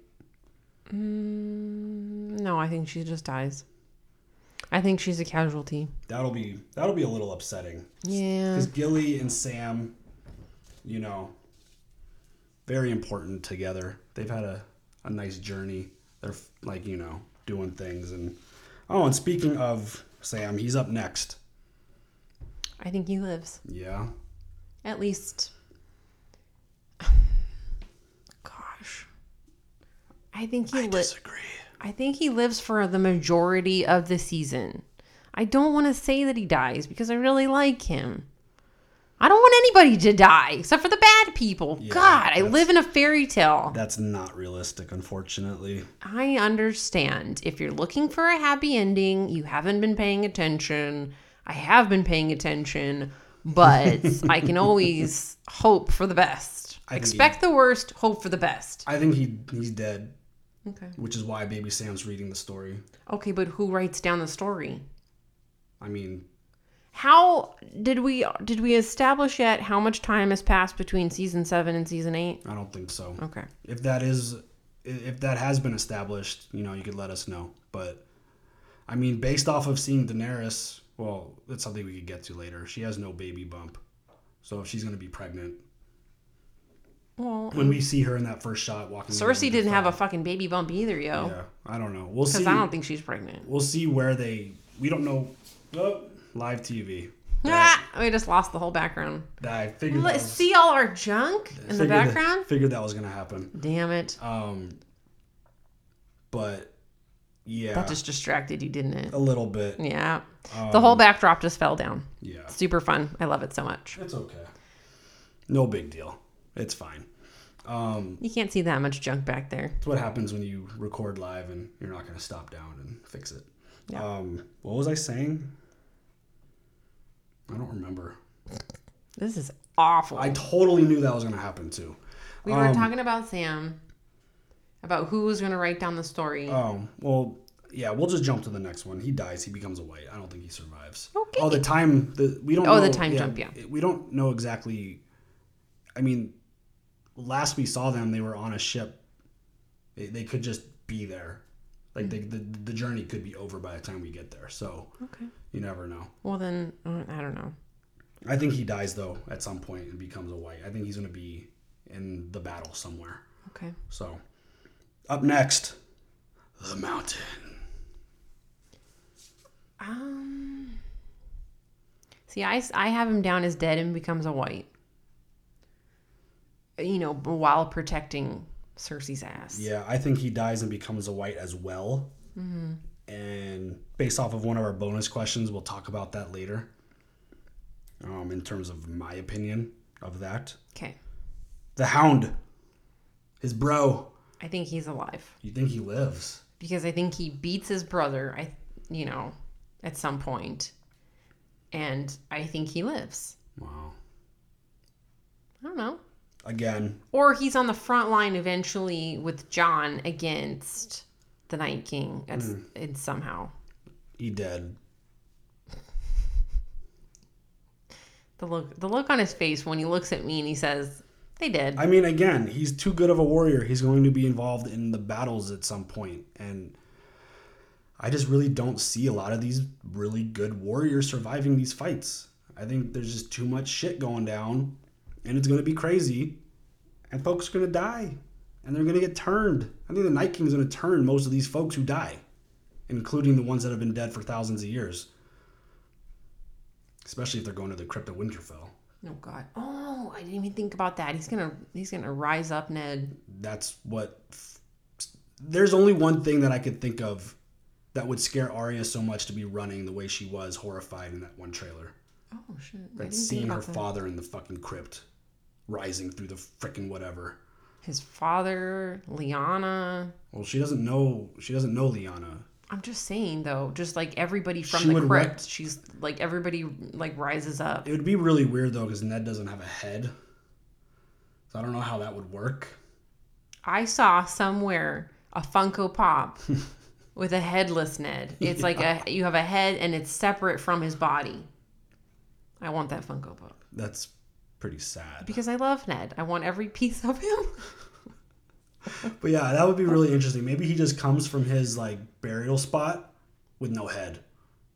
[SPEAKER 2] No, I think she just dies. I think she's a casualty.
[SPEAKER 1] That'll be that'll be a little upsetting.
[SPEAKER 2] Yeah.
[SPEAKER 1] Because Gilly and Sam, you know, very important together. They've had a, a nice journey. They're like, you know, doing things. And oh, and speaking of Sam, he's up next.
[SPEAKER 2] I think he lives.
[SPEAKER 1] Yeah.
[SPEAKER 2] At least. Gosh. I think he lives.
[SPEAKER 1] Disagree.
[SPEAKER 2] I think he lives for the majority of the season. I don't want to say that he dies because I really like him. I don't want anybody to die except for the bad people. God, I
[SPEAKER 1] that's-
[SPEAKER 2] live in a fairy tale.
[SPEAKER 1] That's not realistic, unfortunately.
[SPEAKER 2] I understand. If you're looking for a happy ending, you haven't been paying attention. I have been paying attention, but I can always hope for the best.
[SPEAKER 1] I think
[SPEAKER 2] Expect the worst, hope for the best.
[SPEAKER 1] I think he he's dead,
[SPEAKER 2] Okay.
[SPEAKER 1] which is why Baby Sam's reading the story.
[SPEAKER 2] Okay, but who writes down the story?
[SPEAKER 1] I mean,
[SPEAKER 2] How did we did we establish yet how much time has passed between season 7 and season 8?
[SPEAKER 1] I don't think so.
[SPEAKER 2] Okay.
[SPEAKER 1] if that is if that has been established, you know, you could let us know. But I mean, based off of seeing Daenerys, well, that's something we could get to later. She has no baby bump, so if she's gonna be pregnant,
[SPEAKER 2] Well,
[SPEAKER 1] when we see her in that first shot walking,
[SPEAKER 2] Cersei didn't have a fucking baby bump either, yo.
[SPEAKER 1] Yeah, I don't know. We'll
[SPEAKER 2] Cuz
[SPEAKER 1] see.
[SPEAKER 2] I don't think she's pregnant.
[SPEAKER 1] We'll see where they. We don't know. Oh, live TV. That-
[SPEAKER 2] Ah, we just lost the whole background.
[SPEAKER 1] that I figured. that
[SPEAKER 2] Let's
[SPEAKER 1] was-
[SPEAKER 2] see all our junk in the
[SPEAKER 1] figured that-
[SPEAKER 2] background.
[SPEAKER 1] figured that was gonna happen.
[SPEAKER 2] Damn it.
[SPEAKER 1] Um, but yeah,
[SPEAKER 2] That just distracted you, didn't it?
[SPEAKER 1] a little bit.
[SPEAKER 2] Yeah. the whole backdrop just fell down.
[SPEAKER 1] Um, Yeah.
[SPEAKER 2] Super fun. I love it so much.
[SPEAKER 1] It's okay. No big deal. It's fine. Um,
[SPEAKER 2] You can't see that much junk back there.
[SPEAKER 1] it's what happens when you record live and you're not going to stop down and fix it.
[SPEAKER 2] Yeah.
[SPEAKER 1] Um, what was I saying? I don't remember.
[SPEAKER 2] This is awful.
[SPEAKER 1] I um, totally knew that was going to happen too.
[SPEAKER 2] we were talking about Sam, about who was going to write down the story.
[SPEAKER 1] Um, well, yeah, we'll just jump to the next one. He dies. He becomes a white. I don't think he survives.
[SPEAKER 2] Okay.
[SPEAKER 1] Oh, the time. The we don't.
[SPEAKER 2] Oh,
[SPEAKER 1] know,
[SPEAKER 2] the time jump, yeah.
[SPEAKER 1] We don't know exactly. I mean, last we saw them, they were on a ship. They, they could just be there. Like they, the the journey could be over by the time we get there. So
[SPEAKER 2] okay.
[SPEAKER 1] you never know.
[SPEAKER 2] Well, then, uh, I don't know.
[SPEAKER 1] I think he dies though at some point and becomes a white. I think he's gonna be in the battle somewhere.
[SPEAKER 2] Okay.
[SPEAKER 1] So up next, the mountain.
[SPEAKER 2] Um. See, I, s- I have him down as dead and becomes a white. You know, while protecting Cersei's ass.
[SPEAKER 1] Yeah, I think he dies and becomes a white as well. And based off of one of our bonus questions, we'll talk about that later. Um, in terms of my opinion of that,
[SPEAKER 2] Okay.
[SPEAKER 1] the Hound, his bro.
[SPEAKER 2] I think he's alive.
[SPEAKER 1] You think he lives?
[SPEAKER 2] because I think he beats his brother. I, you know, at some point, and I think he lives.
[SPEAKER 1] Wow.
[SPEAKER 2] I don't know,
[SPEAKER 1] Again,
[SPEAKER 2] or he's on the front line eventually with John against the Night King. That's
[SPEAKER 1] Hmm.
[SPEAKER 2] and somehow
[SPEAKER 1] he dead.
[SPEAKER 2] the look the look on his face when he looks at me and he says, "They did."
[SPEAKER 1] I mean, again, he's too good of a warrior. He's going to be involved in the battles at some point, and I just really don't see a lot of these really good warriors surviving these fights. I think there's just too much shit going down, and it's going to be crazy, and folks are going to die, and they're going to get turned. I think the Night King's going to turn most of these folks who die, including the ones that have been dead for thousands of years, especially if they're going to the Crypt of Winterfell.
[SPEAKER 2] oh God! Oh, I didn't even think about that. He's gonna he's gonna rise up, Ned.
[SPEAKER 1] that's what there's only one thing that I could think of that would scare Arya so much to be running the way she was, horrified in that one trailer.
[SPEAKER 2] Oh shit! I
[SPEAKER 1] Like
[SPEAKER 2] didn't think
[SPEAKER 1] seeing
[SPEAKER 2] about
[SPEAKER 1] her
[SPEAKER 2] that.
[SPEAKER 1] father in the fucking crypt, rising through the frickin' whatever.
[SPEAKER 2] His father, Liana.
[SPEAKER 1] Well, she doesn't know. She doesn't know Liana.
[SPEAKER 2] I'm just saying though, just like everybody from
[SPEAKER 1] She
[SPEAKER 2] the
[SPEAKER 1] would
[SPEAKER 2] crypt,
[SPEAKER 1] wreck-
[SPEAKER 2] she's like everybody like rises up.
[SPEAKER 1] It would be really weird though, because Ned doesn't have a head. So I don't know how that would work.
[SPEAKER 2] I saw somewhere a Funko Pop with a headless Ned. It's like a you have a head and it's separate from his body. I want that Funko Pop
[SPEAKER 1] That's pretty sad.
[SPEAKER 2] because I love Ned. I want every piece of him.
[SPEAKER 1] But yeah, that would be really interesting. Maybe he just comes from his like burial spot with no head.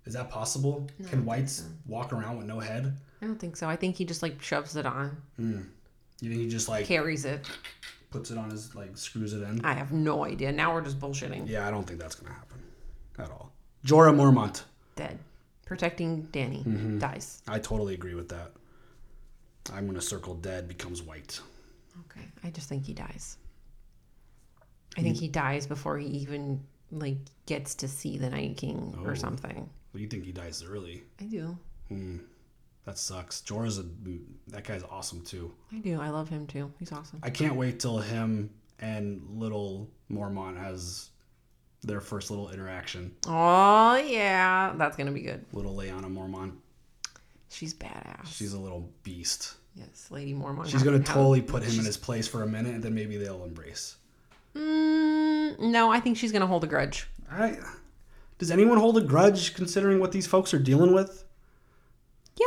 [SPEAKER 1] Is that possible? Can whites walk around with no head?
[SPEAKER 2] I don't think so. I think he just like shoves it on,
[SPEAKER 1] You think he just like
[SPEAKER 2] carries it.
[SPEAKER 1] puts it on his like screws it in?
[SPEAKER 2] I have no idea. Now we're just bullshitting.
[SPEAKER 1] Yeah, I don't think that's gonna happen at all. Jorah Mormont.
[SPEAKER 2] Dead. Protecting Danny
[SPEAKER 1] Mm-hmm.
[SPEAKER 2] dies.
[SPEAKER 1] I totally agree with that. I'm gonna circle dead becomes white.
[SPEAKER 2] Okay. I just think he dies. I think he dies before he even like gets to see the Night King
[SPEAKER 1] Oh.
[SPEAKER 2] or something.
[SPEAKER 1] Well, you think he dies early?
[SPEAKER 2] I do.
[SPEAKER 1] That sucks. Jorah's a that guy's awesome too.
[SPEAKER 2] I do. I love him too. He's awesome.
[SPEAKER 1] I can't wait till him and little Mormont has their first little interaction.
[SPEAKER 2] Oh yeah, that's gonna be good.
[SPEAKER 1] Little Leanna Mormont,
[SPEAKER 2] She's badass.
[SPEAKER 1] she's a little beast.
[SPEAKER 2] yes, Lady Mormon.
[SPEAKER 1] She's gonna totally put him in his place for a minute, and then maybe they'll embrace.
[SPEAKER 2] Mm, no, I think she's gonna hold a grudge.
[SPEAKER 1] I does anyone hold a grudge considering what these folks are dealing with?
[SPEAKER 2] Yeah,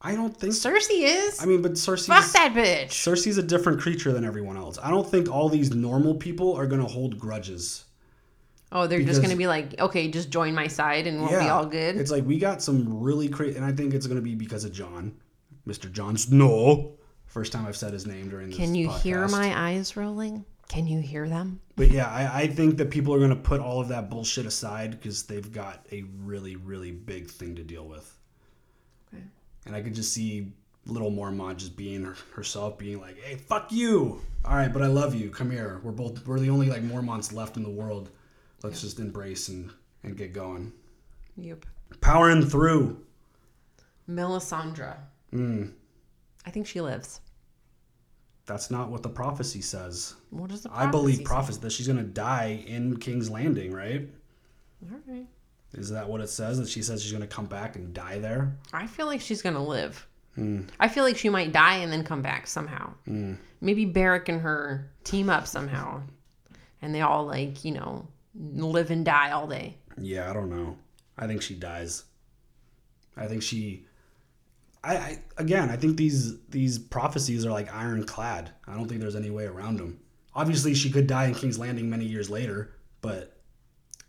[SPEAKER 1] I don't think. so.
[SPEAKER 2] Cersei is.
[SPEAKER 1] I mean, but
[SPEAKER 2] Fuck
[SPEAKER 1] Cersei's
[SPEAKER 2] that bitch.
[SPEAKER 1] Cersei's a different creature than everyone else. I don't think all these normal people are gonna hold grudges.
[SPEAKER 2] Oh, they're just
[SPEAKER 1] Because-
[SPEAKER 2] gonna be like, okay, just join my side and we'll be all good.
[SPEAKER 1] It's like we got some really crazy, and I think it's going to be because of John, Mr. John Snow. First time I've said his name during this.
[SPEAKER 2] Can you hear
[SPEAKER 1] podcast.
[SPEAKER 2] my eyes rolling? Can you hear them?
[SPEAKER 1] But yeah, I, I think that people are going to put all of that bullshit aside because they've got a really, really big thing to deal with.
[SPEAKER 2] Okay.
[SPEAKER 1] And I could just see little Mormont just being her- herself, being like, "Hey, fuck you! All right, but I love you. Come here. We're both we're the only like Mormonts left in the world. Let's just embrace and and get going.
[SPEAKER 2] Yep.
[SPEAKER 1] Powering through."
[SPEAKER 2] Melisandre.
[SPEAKER 1] Hmm.
[SPEAKER 2] I think she lives.
[SPEAKER 1] That's not what the prophecy says.
[SPEAKER 2] What is the?
[SPEAKER 1] I believe prophecy
[SPEAKER 2] prophecy
[SPEAKER 1] that she's going to die in King's Landing, right?
[SPEAKER 2] say? All right.
[SPEAKER 1] Is that what it says? That she says she's going to come back and die there?
[SPEAKER 2] I feel like she's gonna live.
[SPEAKER 1] Hmm.
[SPEAKER 2] I feel like she might die and then come back somehow. Maybe Barrick and her team up somehow, and they all like you know live and die all day.
[SPEAKER 1] Yeah, I don't know. I think she dies. I think she. I, I again, I think these these prophecies are like ironclad. I don't think there's any way around them. Obviously, she could die in King's Landing many years later, but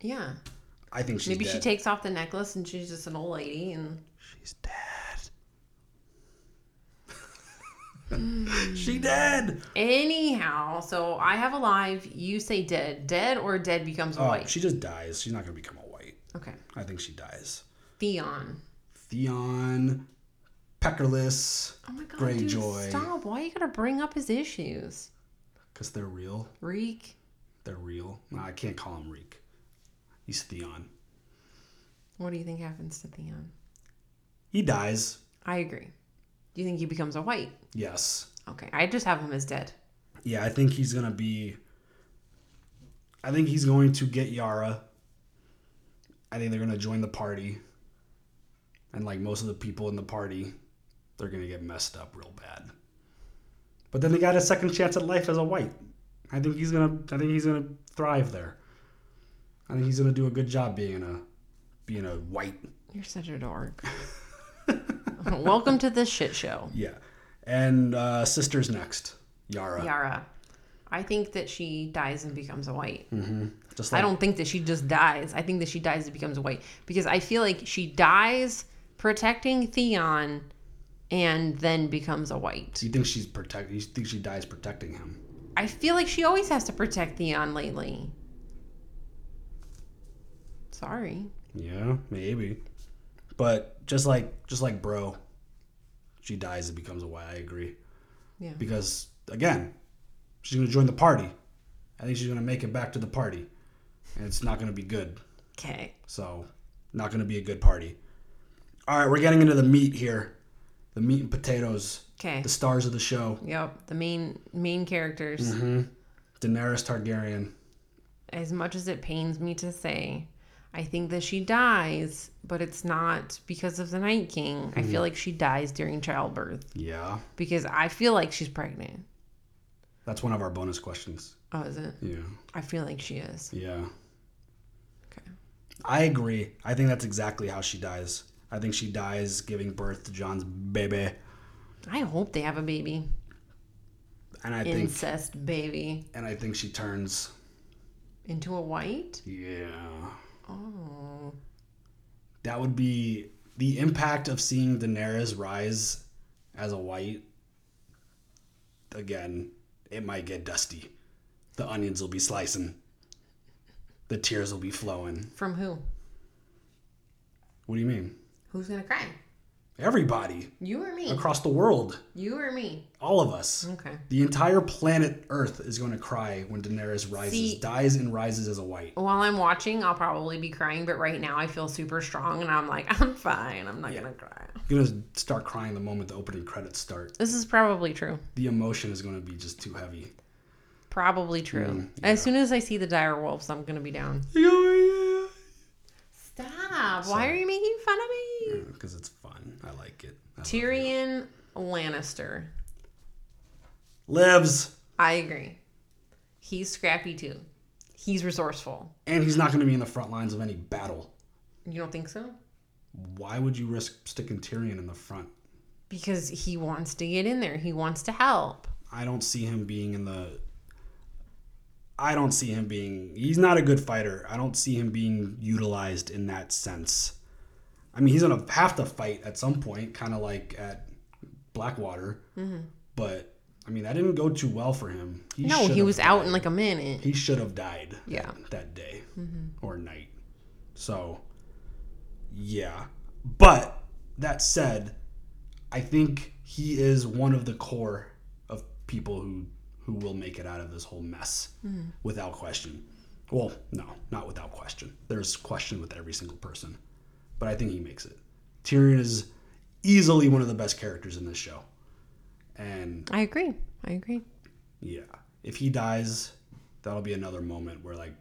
[SPEAKER 2] Yeah,
[SPEAKER 1] I think she's
[SPEAKER 2] maybe she
[SPEAKER 1] dead.
[SPEAKER 2] takes off the necklace and she's just an old lady. And
[SPEAKER 1] she's dead. she dead.
[SPEAKER 2] anyhow, so I have alive. You say dead, dead or dead becomes
[SPEAKER 1] Oh,
[SPEAKER 2] white.
[SPEAKER 1] she just dies. She's not gonna become a white.
[SPEAKER 2] Okay,
[SPEAKER 1] I think she dies.
[SPEAKER 2] Theon.
[SPEAKER 1] Theon, Peckerless,
[SPEAKER 2] Oh my god,
[SPEAKER 1] Greyjoy.
[SPEAKER 2] dude, stop! Why you gotta bring up his issues?
[SPEAKER 1] because they're real.
[SPEAKER 2] Reek,
[SPEAKER 1] They're real. No, I can't call him Reek. He's Theon.
[SPEAKER 2] what do you think happens to Theon?
[SPEAKER 1] He dies.
[SPEAKER 2] I agree. Do you think he becomes a white?
[SPEAKER 1] Yes.
[SPEAKER 2] Okay, I just have him as dead.
[SPEAKER 1] Yeah, I think he's gonna be. I think he's going to get Yara. I think they're gonna join the party. And like most of the people in the party, they're gonna get messed up real bad. But then they got a second chance at life as a white. I think he's gonna. I think he's gonna thrive there. I think he's gonna do a good job being a being a white.
[SPEAKER 2] You're such a dork. Welcome to this shit show,
[SPEAKER 1] Yeah. And uh, sister's next. Yara.
[SPEAKER 2] Yara. I think that she dies and becomes a white.
[SPEAKER 1] Just
[SPEAKER 2] I
[SPEAKER 1] like
[SPEAKER 2] don't think that she just dies. I think that she dies and becomes a white because I feel like she dies protecting Theon and then becomes a white.
[SPEAKER 1] you think she's protect. You think she dies protecting him.
[SPEAKER 2] I feel like she always has to protect Theon lately. Sorry.
[SPEAKER 1] Yeah, maybe. But just like just like bro, she dies and becomes a white. I agree.
[SPEAKER 2] Yeah.
[SPEAKER 1] Because again, she's gonna join the party. I think she's gonna make it back to the party, and it's not gonna be good.
[SPEAKER 2] Okay.
[SPEAKER 1] So, not going to be a good party. All right, we're getting into the meat here the meat and potatoes,
[SPEAKER 2] Okay.
[SPEAKER 1] the stars of the show.
[SPEAKER 2] Yep. The main main characters.
[SPEAKER 1] Mm-hmm. Daenerys Targaryen.
[SPEAKER 2] As much as it pains me to say, I think that she dies, but it's not because of the Night King.
[SPEAKER 1] Mm-hmm.
[SPEAKER 2] I feel like she dies during childbirth
[SPEAKER 1] Yeah.
[SPEAKER 2] because I feel like she's pregnant.
[SPEAKER 1] That's one of our bonus questions.
[SPEAKER 2] Oh, is it?
[SPEAKER 1] Yeah.
[SPEAKER 2] I feel like she is.
[SPEAKER 1] Yeah.
[SPEAKER 2] Okay.
[SPEAKER 1] I agree. I think that's exactly how she dies. I think she dies giving birth to John's baby.
[SPEAKER 2] I hope they have a baby.
[SPEAKER 1] And I think
[SPEAKER 2] Incest baby
[SPEAKER 1] and I think she turns
[SPEAKER 2] into a white.
[SPEAKER 1] yeah.
[SPEAKER 2] Oh.
[SPEAKER 1] That would be the impact of seeing Daenerys rise as a white. Again, it might get dusty. The onions will be slicing. The tears will be flowing.
[SPEAKER 2] From who?
[SPEAKER 1] What do you mean?
[SPEAKER 2] Who's gonna cry?
[SPEAKER 1] Everybody
[SPEAKER 2] You or me?
[SPEAKER 1] across the world,
[SPEAKER 2] You or me?
[SPEAKER 1] all of us.
[SPEAKER 2] Okay.
[SPEAKER 1] The entire planet Earth is going to cry when Daenerys rises,
[SPEAKER 2] See-
[SPEAKER 1] dies, and rises as a white.
[SPEAKER 2] While I'm watching, I'll probably be crying, but right now I feel super strong and I'm like, I'm fine. I'm not gonna cry.
[SPEAKER 1] You're going to start crying the moment the opening credits start.
[SPEAKER 2] This is probably true.
[SPEAKER 1] The emotion is going to be just too heavy.
[SPEAKER 2] Probably
[SPEAKER 1] Mm,
[SPEAKER 2] true. As soon as I see the dire wolves, I'm gonna be down. Stop. Why are you making fun of me?
[SPEAKER 1] Because it's fun. I like it. I love it.
[SPEAKER 2] Tyrion Lannister.
[SPEAKER 1] Lives,
[SPEAKER 2] I agree. He's scrappy too. He's resourceful.
[SPEAKER 1] and he's not going to be in the front lines of any battle.
[SPEAKER 2] You don't think so?
[SPEAKER 1] Why would you risk sticking Tyrion in the front?
[SPEAKER 2] Because he wants to get in there. He wants to help.
[SPEAKER 1] I don't see him being in the. I don't see him being. He's not a good fighter. I don't see him being utilized in that sense. I mean, he's gonna have to fight at some point, kind of like at Blackwater.
[SPEAKER 2] Mm-hmm.
[SPEAKER 1] But I mean, that didn't go too well for him. He
[SPEAKER 2] No,
[SPEAKER 1] should
[SPEAKER 2] he
[SPEAKER 1] have-
[SPEAKER 2] was out in like a minute.
[SPEAKER 1] He should have died.
[SPEAKER 2] Yeah.
[SPEAKER 1] That, that day or night. So, yeah. But that said, I think he is one of the core of people who who will make it out of this whole mess without question. Well, no, not without question. There's question with every single person, but I think he makes it. Tyrion is easily one of the best characters in this show, and
[SPEAKER 2] I agree. I agree.
[SPEAKER 1] yeah. If he dies, that'll be another moment where like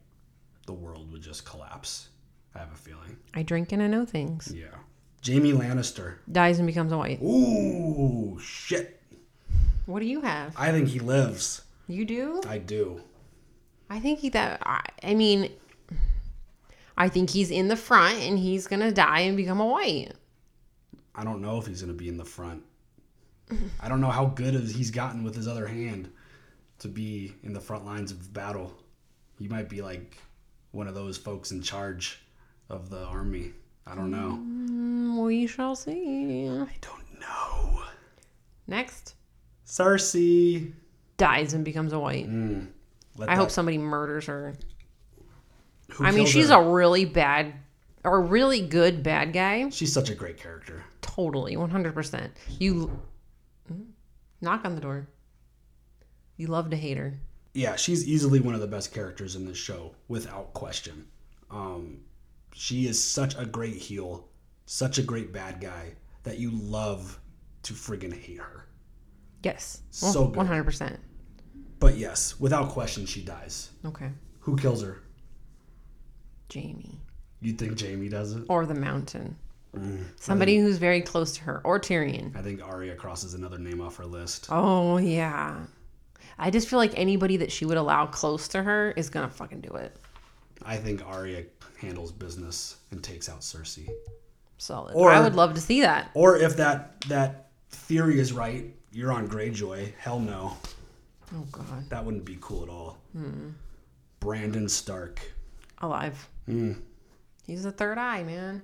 [SPEAKER 1] the world would just collapse. I have a feeling.
[SPEAKER 2] I drink and I know things.
[SPEAKER 1] Yeah. Jamie Lannister.
[SPEAKER 2] Dies and becomes a white.
[SPEAKER 1] Ooh, shit.
[SPEAKER 2] What do you have?
[SPEAKER 1] I think he lives.
[SPEAKER 2] You do?
[SPEAKER 1] I do.
[SPEAKER 2] I think he that I, I mean I think he's in the front and he's going to die and become a white.
[SPEAKER 1] I don't know if he's going to be in the front. I don't know how good of- he's gotten with his other hand to be in the front lines of battle. He might be like one of those folks in charge of the army. I don't know.
[SPEAKER 2] Mm, We shall see.
[SPEAKER 1] I don't know.
[SPEAKER 2] Next,
[SPEAKER 1] Cersei.
[SPEAKER 2] dies and becomes a white.
[SPEAKER 1] Let
[SPEAKER 2] I
[SPEAKER 1] Mm, that-
[SPEAKER 2] hope somebody murders her.
[SPEAKER 1] Who
[SPEAKER 2] I mean,
[SPEAKER 1] killed
[SPEAKER 2] she's
[SPEAKER 1] her?
[SPEAKER 2] a really bad or really good bad guy.
[SPEAKER 1] she's such a great character.
[SPEAKER 2] Totally, 100%. You Mm. knock on the door. You love to hate her.
[SPEAKER 1] Yeah, she's easily one of the best characters in this show, without question. Um, she is such a great heel, such a great bad guy that you love to friggin' hate her.
[SPEAKER 2] Yes.
[SPEAKER 1] So good.
[SPEAKER 2] 100%.
[SPEAKER 1] But yes, without question, she dies.
[SPEAKER 2] Okay.
[SPEAKER 1] Who kills her?
[SPEAKER 2] Jamie.
[SPEAKER 1] You think Jamie does it?
[SPEAKER 2] or the mountain. Somebody who's very close to her, or Tyrion.
[SPEAKER 1] I think Arya crosses another name off her list.
[SPEAKER 2] Oh, yeah. I just feel like anybody that she would allow close to her is going to fucking do it.
[SPEAKER 1] I think Arya handles business and takes out Cersei.
[SPEAKER 2] Solid.
[SPEAKER 1] Or-
[SPEAKER 2] I would love to see that.
[SPEAKER 1] Or if that that theory is right, you're on Greyjoy. Hell no.
[SPEAKER 2] Oh, God.
[SPEAKER 1] That wouldn't be cool at all. Brandon Stark,
[SPEAKER 2] Alive. He's the third eye, man.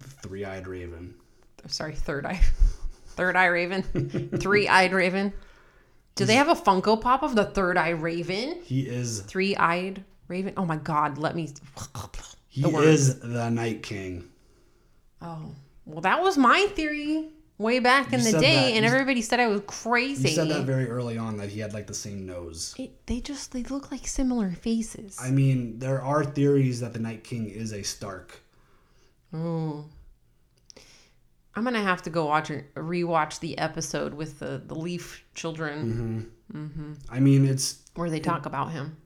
[SPEAKER 1] Three Eyed Raven.
[SPEAKER 2] I'm sorry, third eye. Third eye raven. Three eyed raven. Do they have a Funko Pop of the third eye raven?
[SPEAKER 1] He is
[SPEAKER 2] Three eyed raven? Oh, my God. Let me.
[SPEAKER 1] he
[SPEAKER 2] The worm.
[SPEAKER 1] is the Night King.
[SPEAKER 2] Oh, well, that was my theory. way back in
[SPEAKER 1] You
[SPEAKER 2] the
[SPEAKER 1] said
[SPEAKER 2] day,
[SPEAKER 1] that.
[SPEAKER 2] and
[SPEAKER 1] You-
[SPEAKER 2] everybody said I was crazy.
[SPEAKER 1] You said that very early on that he had like the same nose.
[SPEAKER 2] It- they just they look like similar faces.
[SPEAKER 1] I mean, there are theories that the Night King is a Stark.
[SPEAKER 2] Oh. I'm gonna have to go watch it- rewatch the episode with the the Leaf children
[SPEAKER 1] Mm-hmm. I mean, it's
[SPEAKER 2] where they talk about him.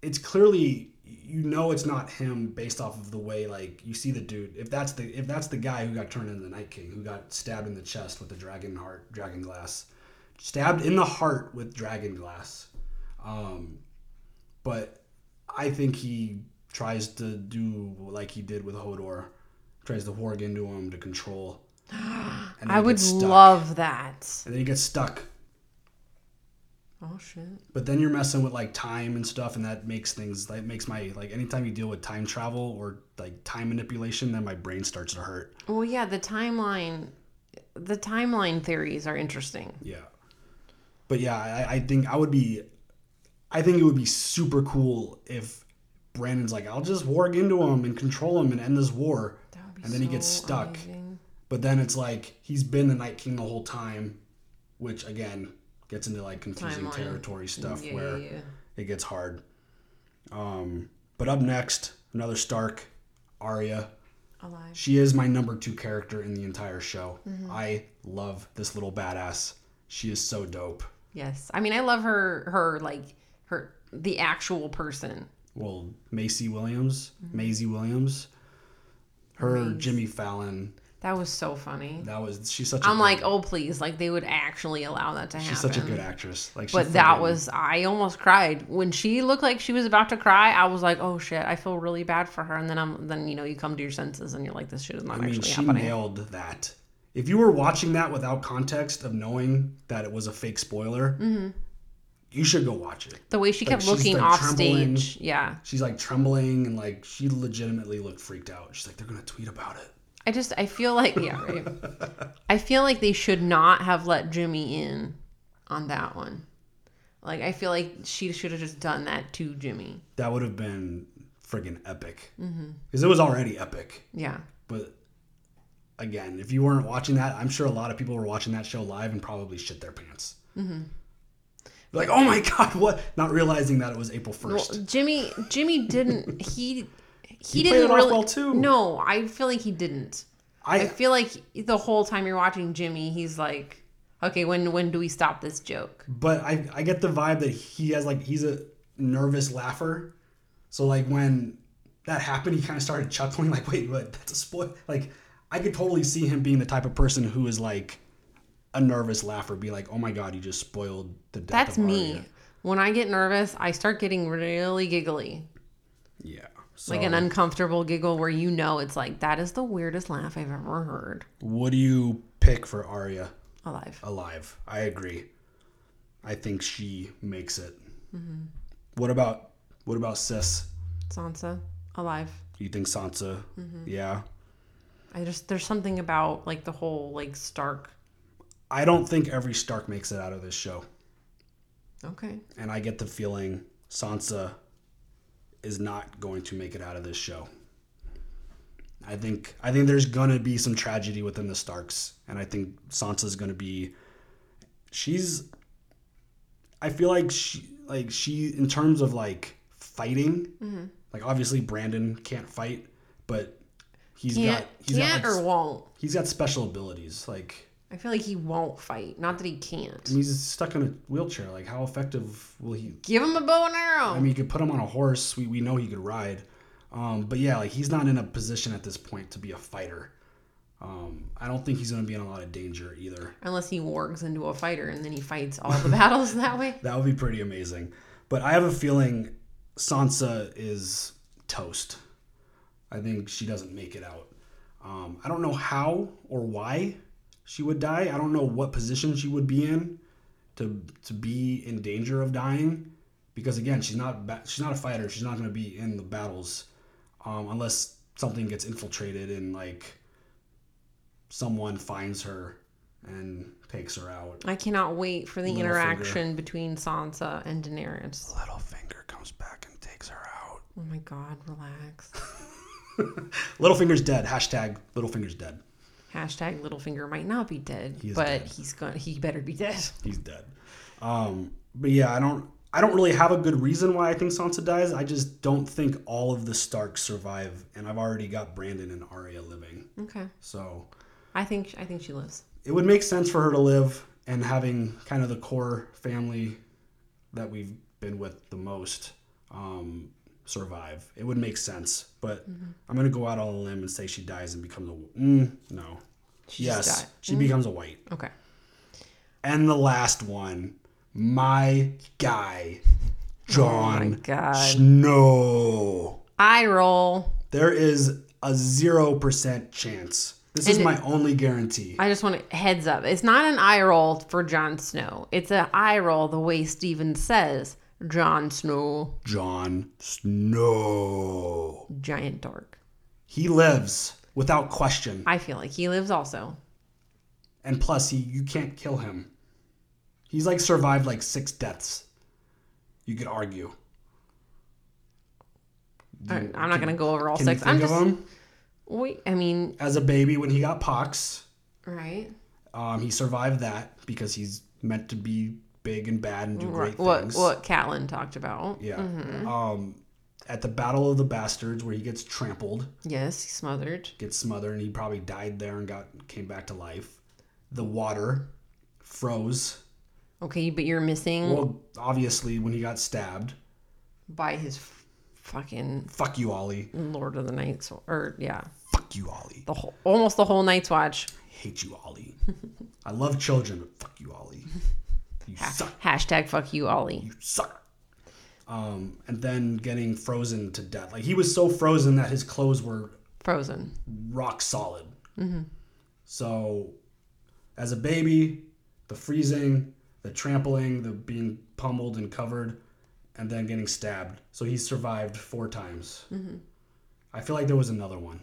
[SPEAKER 1] it's clearly you know it's not him based off of the way like you see the dude. If that's the if that's the guy who got turned into the Night King, who got stabbed in the chest with the dragon heart, dragon glass, stabbed in the heart with dragon glass. Um, but I think he tries to do like he did with Hodor, tries to warg into him to control. And then
[SPEAKER 2] I
[SPEAKER 1] he
[SPEAKER 2] would
[SPEAKER 1] gets stuck.
[SPEAKER 2] love that.
[SPEAKER 1] And then he gets stuck.
[SPEAKER 2] Oh shit.
[SPEAKER 1] But then you're messing with like time and stuff, and that makes things that makes my like anytime you deal with time travel or like time manipulation, then my brain starts to hurt.
[SPEAKER 2] Well, yeah, the timeline, the timeline theories are interesting.
[SPEAKER 1] Yeah. But yeah, I, I think I would be, I think it would be super cool if Brandon's like, I'll just warg into him and control him and end this war.
[SPEAKER 2] That would be
[SPEAKER 1] And then he gets
[SPEAKER 2] so
[SPEAKER 1] stuck.
[SPEAKER 2] amazing.
[SPEAKER 1] But then it's like he's been the Night King the whole time, which again gets into like confusing
[SPEAKER 2] Timeline.
[SPEAKER 1] territory stuff
[SPEAKER 2] Yeah,
[SPEAKER 1] where
[SPEAKER 2] yeah, yeah.
[SPEAKER 1] it gets hard. Um, but up next, another Stark, Arya.
[SPEAKER 2] Alive.
[SPEAKER 1] She is my number two character in the entire show.
[SPEAKER 2] Mm-hmm.
[SPEAKER 1] I love this little badass. She is so dope.
[SPEAKER 2] Yes. I mean, I love her. Her like her the actual person.
[SPEAKER 1] Well, Macy Williams,
[SPEAKER 2] Mm-hmm.
[SPEAKER 1] Maisie Williams, her Jimmy Fallon.
[SPEAKER 2] That was so funny.
[SPEAKER 1] That was she's such.
[SPEAKER 2] I'm
[SPEAKER 1] a
[SPEAKER 2] like, oh please, like they would actually allow that to happen.
[SPEAKER 1] she's such a good actress. Like, she
[SPEAKER 2] But that
[SPEAKER 1] friggin-
[SPEAKER 2] was I almost cried when she looked like she was about to cry. I was like, "Oh shit, I feel really bad for her." And then I'm then you know you come to your senses and you're like, "This shit is not
[SPEAKER 1] I mean,
[SPEAKER 2] actually
[SPEAKER 1] she
[SPEAKER 2] happening."
[SPEAKER 1] nailed that. If you were watching that without context of knowing that it was a fake spoiler,
[SPEAKER 2] Mm-hmm.
[SPEAKER 1] you should go watch it.
[SPEAKER 2] the way she kept
[SPEAKER 1] she's,
[SPEAKER 2] looking
[SPEAKER 1] like,
[SPEAKER 2] off
[SPEAKER 1] trembling.
[SPEAKER 2] stage, yeah.
[SPEAKER 1] She's like trembling and like she legitimately looked freaked out. She's like, they're gonna tweet about it.
[SPEAKER 2] I just I feel like yeah, right. I feel like they should not have let Jimmy in on that one. Like I feel like she should have just done that to Jimmy.
[SPEAKER 1] That would have been friggin' epic. Because it was already epic.
[SPEAKER 2] Yeah.
[SPEAKER 1] But again, if you weren't watching that, I'm sure a lot of people were watching that show live and probably shit their pants. Like, oh my god, what? Not realizing that it was April 1st.
[SPEAKER 2] Well, Jimmy Jimmy didn't he he,
[SPEAKER 1] played
[SPEAKER 2] didn't
[SPEAKER 1] it off
[SPEAKER 2] really
[SPEAKER 1] well, too.
[SPEAKER 2] No, I feel like he didn't. I
[SPEAKER 1] I,
[SPEAKER 2] feel like the whole time you're watching Jimmy, he's like, "Okay, when when do we stop this joke?"
[SPEAKER 1] but I, I get the vibe that he has like he's a nervous laugher. So like when that happened, he kind of started chuckling. Like, wait, what? That's a spoil. Like, I could totally see him being the type of person who is like a nervous laugher, be like, oh my god, you just spoiled the death.
[SPEAKER 2] That's
[SPEAKER 1] of
[SPEAKER 2] me.
[SPEAKER 1] Arya."
[SPEAKER 2] When I get nervous, I start getting really giggly,
[SPEAKER 1] Yeah. So
[SPEAKER 2] like
[SPEAKER 1] Oh.
[SPEAKER 2] an uncomfortable giggle where you know it's like that is the weirdest laugh I've ever heard
[SPEAKER 1] what do you pick for Arya
[SPEAKER 2] alive.
[SPEAKER 1] alive? I agree. I think she makes it.
[SPEAKER 2] Mm-hmm.
[SPEAKER 1] What about what about Sis?
[SPEAKER 2] Sansa alive.
[SPEAKER 1] You think Sansa?
[SPEAKER 2] Mm-hmm.
[SPEAKER 1] Yeah.
[SPEAKER 2] I just there's something about like the whole like Stark.
[SPEAKER 1] I don't think every Stark makes it out of this show.
[SPEAKER 2] Okay,
[SPEAKER 1] And I get the feeling Sansa is not going to make it out of this show. I think I think there's gonna be some tragedy within the Starks, and I think Sansa's gonna be she's I feel like she like she in terms of like fighting,
[SPEAKER 2] Mm-hmm.
[SPEAKER 1] like obviously Brandon can't fight, but he's
[SPEAKER 2] can't
[SPEAKER 1] got he's
[SPEAKER 2] can't
[SPEAKER 1] got like,
[SPEAKER 2] or won't.
[SPEAKER 1] he's got special abilities. Like
[SPEAKER 2] I feel like he won't fight. Not that he
[SPEAKER 1] I
[SPEAKER 2] can't.
[SPEAKER 1] mean, he's stuck in a wheelchair. Like, how effective will he?
[SPEAKER 2] Give him a bow and arrow.
[SPEAKER 1] I mean, you could put him on a horse. We, we know he could ride. Um, but yeah, like, he's not in a position at this point to be a fighter. Um, I don't think he's going to be in a lot of danger either.
[SPEAKER 2] Unless he wargs into a fighter and then he fights all the battles that way.
[SPEAKER 1] That would be pretty amazing. But I have a feeling Sansa is toast. I think she doesn't make it out. Um, I don't know how or why she would die. I don't know what position she would be in to to be in danger of dying, because again, she's not ba- she's not a fighter. She's not going to be in the battles um, unless something gets infiltrated and like someone finds her and takes her out.
[SPEAKER 2] I cannot wait for the interaction
[SPEAKER 1] finger.
[SPEAKER 2] between Sansa and Daenerys.
[SPEAKER 1] Littlefinger comes back and takes her out.
[SPEAKER 2] Oh my god, relax.
[SPEAKER 1] Littlefinger's dead. Hashtag Littlefinger's dead.
[SPEAKER 2] Hashtag Littlefinger might not be dead,
[SPEAKER 1] He is
[SPEAKER 2] but
[SPEAKER 1] dead.
[SPEAKER 2] he's gonna he better be dead.
[SPEAKER 1] He's dead. Um, but yeah, I don't. I don't really have a good reason why I think Sansa dies. I just don't think all of the Starks survive, and I've already got Brandon and Arya living.
[SPEAKER 2] Okay.
[SPEAKER 1] So
[SPEAKER 2] I think I think she lives.
[SPEAKER 1] it would make sense for her to live and having kind of the core family that we've been with the most um, survive. It would make sense, but
[SPEAKER 2] Mm-hmm.
[SPEAKER 1] I'm gonna go out on a limb and say she dies and becomes a mm, no.
[SPEAKER 2] She just
[SPEAKER 1] yes,
[SPEAKER 2] died.
[SPEAKER 1] she becomes a white.
[SPEAKER 2] Okay.
[SPEAKER 1] And the last one, my guy,
[SPEAKER 2] Oh my
[SPEAKER 1] John
[SPEAKER 2] god.
[SPEAKER 1] Snow.
[SPEAKER 2] I roll.
[SPEAKER 1] There is a zero percent chance. This is
[SPEAKER 2] And-
[SPEAKER 1] my only guarantee.
[SPEAKER 2] I just want to heads up. It's not an eye roll for Jon Snow. It's an eye roll the way Steven says Jon Snow,
[SPEAKER 1] John Snow.
[SPEAKER 2] giant dork.
[SPEAKER 1] He lives without question.
[SPEAKER 2] I feel like he lives also.
[SPEAKER 1] And plus, he you can't kill him. He's like survived like six deaths. You could argue.
[SPEAKER 2] I, am not going to go over all
[SPEAKER 1] Can
[SPEAKER 2] six.
[SPEAKER 1] you
[SPEAKER 2] I'm
[SPEAKER 1] think
[SPEAKER 2] just
[SPEAKER 1] of him?
[SPEAKER 2] wait. I mean,
[SPEAKER 1] As a baby, when he got pox,
[SPEAKER 2] right?
[SPEAKER 1] um, he survived that because he's meant to be big and bad and do great
[SPEAKER 2] Right. What
[SPEAKER 1] things.
[SPEAKER 2] what Mm-hmm. Catelyn talked about?
[SPEAKER 1] Yeah. Um, at the Battle of the Bastards, where he gets trampled.
[SPEAKER 2] Yes, he's smothered.
[SPEAKER 1] gets smothered and he probably died there and got came back to life. The water froze.
[SPEAKER 2] Okay, but you're missing
[SPEAKER 1] Well, obviously when he got stabbed.
[SPEAKER 2] by his f- fucking
[SPEAKER 1] Fuck you, Ollie.
[SPEAKER 2] Lord of the Night's or yeah,
[SPEAKER 1] Fuck you, Ollie.
[SPEAKER 2] the whole almost the whole Night's Watch.
[SPEAKER 1] Hate you, Ollie. I love children, but fuck you, Ollie. You suck.
[SPEAKER 2] Hashtag fuck you, Ollie.
[SPEAKER 1] You suck. Um, and then getting frozen to death. Like he was so frozen that his clothes were
[SPEAKER 2] Frozen.
[SPEAKER 1] rock solid. So, as a baby, the freezing, the trampling, the being pummeled and covered, and then getting stabbed. So he survived four times. I feel like there was another one.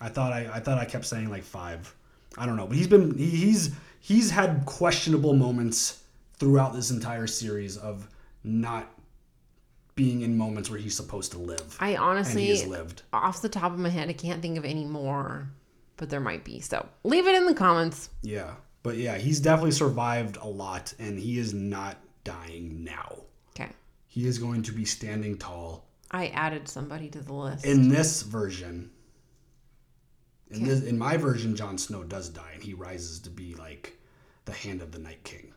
[SPEAKER 1] I thought I, I thought I kept saying like five. I don't know, but he's been he, he's he's had questionable moments throughout this entire series of not being in moments where he's supposed to live, and he
[SPEAKER 2] I
[SPEAKER 1] has
[SPEAKER 2] honestly,
[SPEAKER 1] lived.
[SPEAKER 2] off the top of my head, I can't think of any more, but there might be. So leave it in the comments.
[SPEAKER 1] Yeah. But yeah, he's definitely survived a lot and he is not dying now.
[SPEAKER 2] Okay.
[SPEAKER 1] He is going to be standing tall
[SPEAKER 2] I added somebody to the list.
[SPEAKER 1] in this version. In this in my version Jon Snow does die and he rises to be like the hand of the Night King.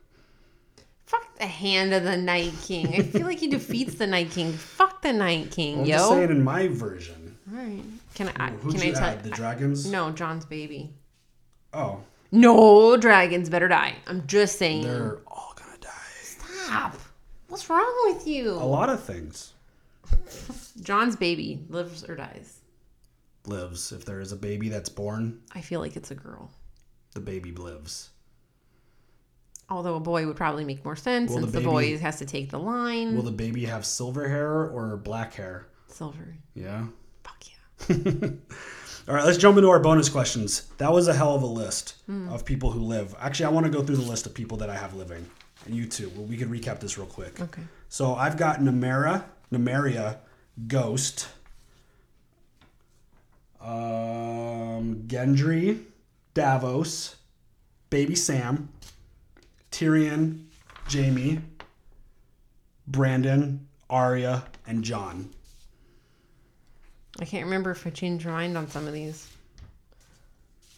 [SPEAKER 2] Fuck the hand of the Night King. I feel like he defeats the Night King. Fuck the Night King,
[SPEAKER 1] I'm
[SPEAKER 2] yo.
[SPEAKER 1] just
[SPEAKER 2] All
[SPEAKER 1] saying in my version.
[SPEAKER 2] right. Can I?
[SPEAKER 1] Who'd
[SPEAKER 2] can I
[SPEAKER 1] you
[SPEAKER 2] tell?
[SPEAKER 1] add? The dragons?
[SPEAKER 2] no, John's baby.
[SPEAKER 1] Oh.
[SPEAKER 2] No dragons better die. I'm just saying.
[SPEAKER 1] They're all gonna die.
[SPEAKER 2] Stop. What's wrong with
[SPEAKER 1] A
[SPEAKER 2] you?
[SPEAKER 1] lot of things
[SPEAKER 2] John's baby lives or dies.
[SPEAKER 1] lives. If there is a baby that's born,
[SPEAKER 2] I feel like it's a girl.
[SPEAKER 1] the baby lives.
[SPEAKER 2] Although a boy would probably make more sense
[SPEAKER 1] Will the
[SPEAKER 2] since the,
[SPEAKER 1] baby-
[SPEAKER 2] boy has to take the line.
[SPEAKER 1] Will the baby have silver hair or black hair?
[SPEAKER 2] Silver.
[SPEAKER 1] Yeah.
[SPEAKER 2] Fuck yeah.
[SPEAKER 1] All right, let's jump into our bonus questions. That was a hell of a list
[SPEAKER 2] Hmm.
[SPEAKER 1] of people who live. Actually, I want to go through the list of people that I have living, and you too. Well, we could recap this real quick.
[SPEAKER 2] Okay.
[SPEAKER 1] So I've got Nemera, Nemeria, Ghost, um, Gendry, Davos, Baby Sam, Tyrion, Jamie, Brandon, Arya, and John.
[SPEAKER 2] I can't remember if I changed my mind on some of these.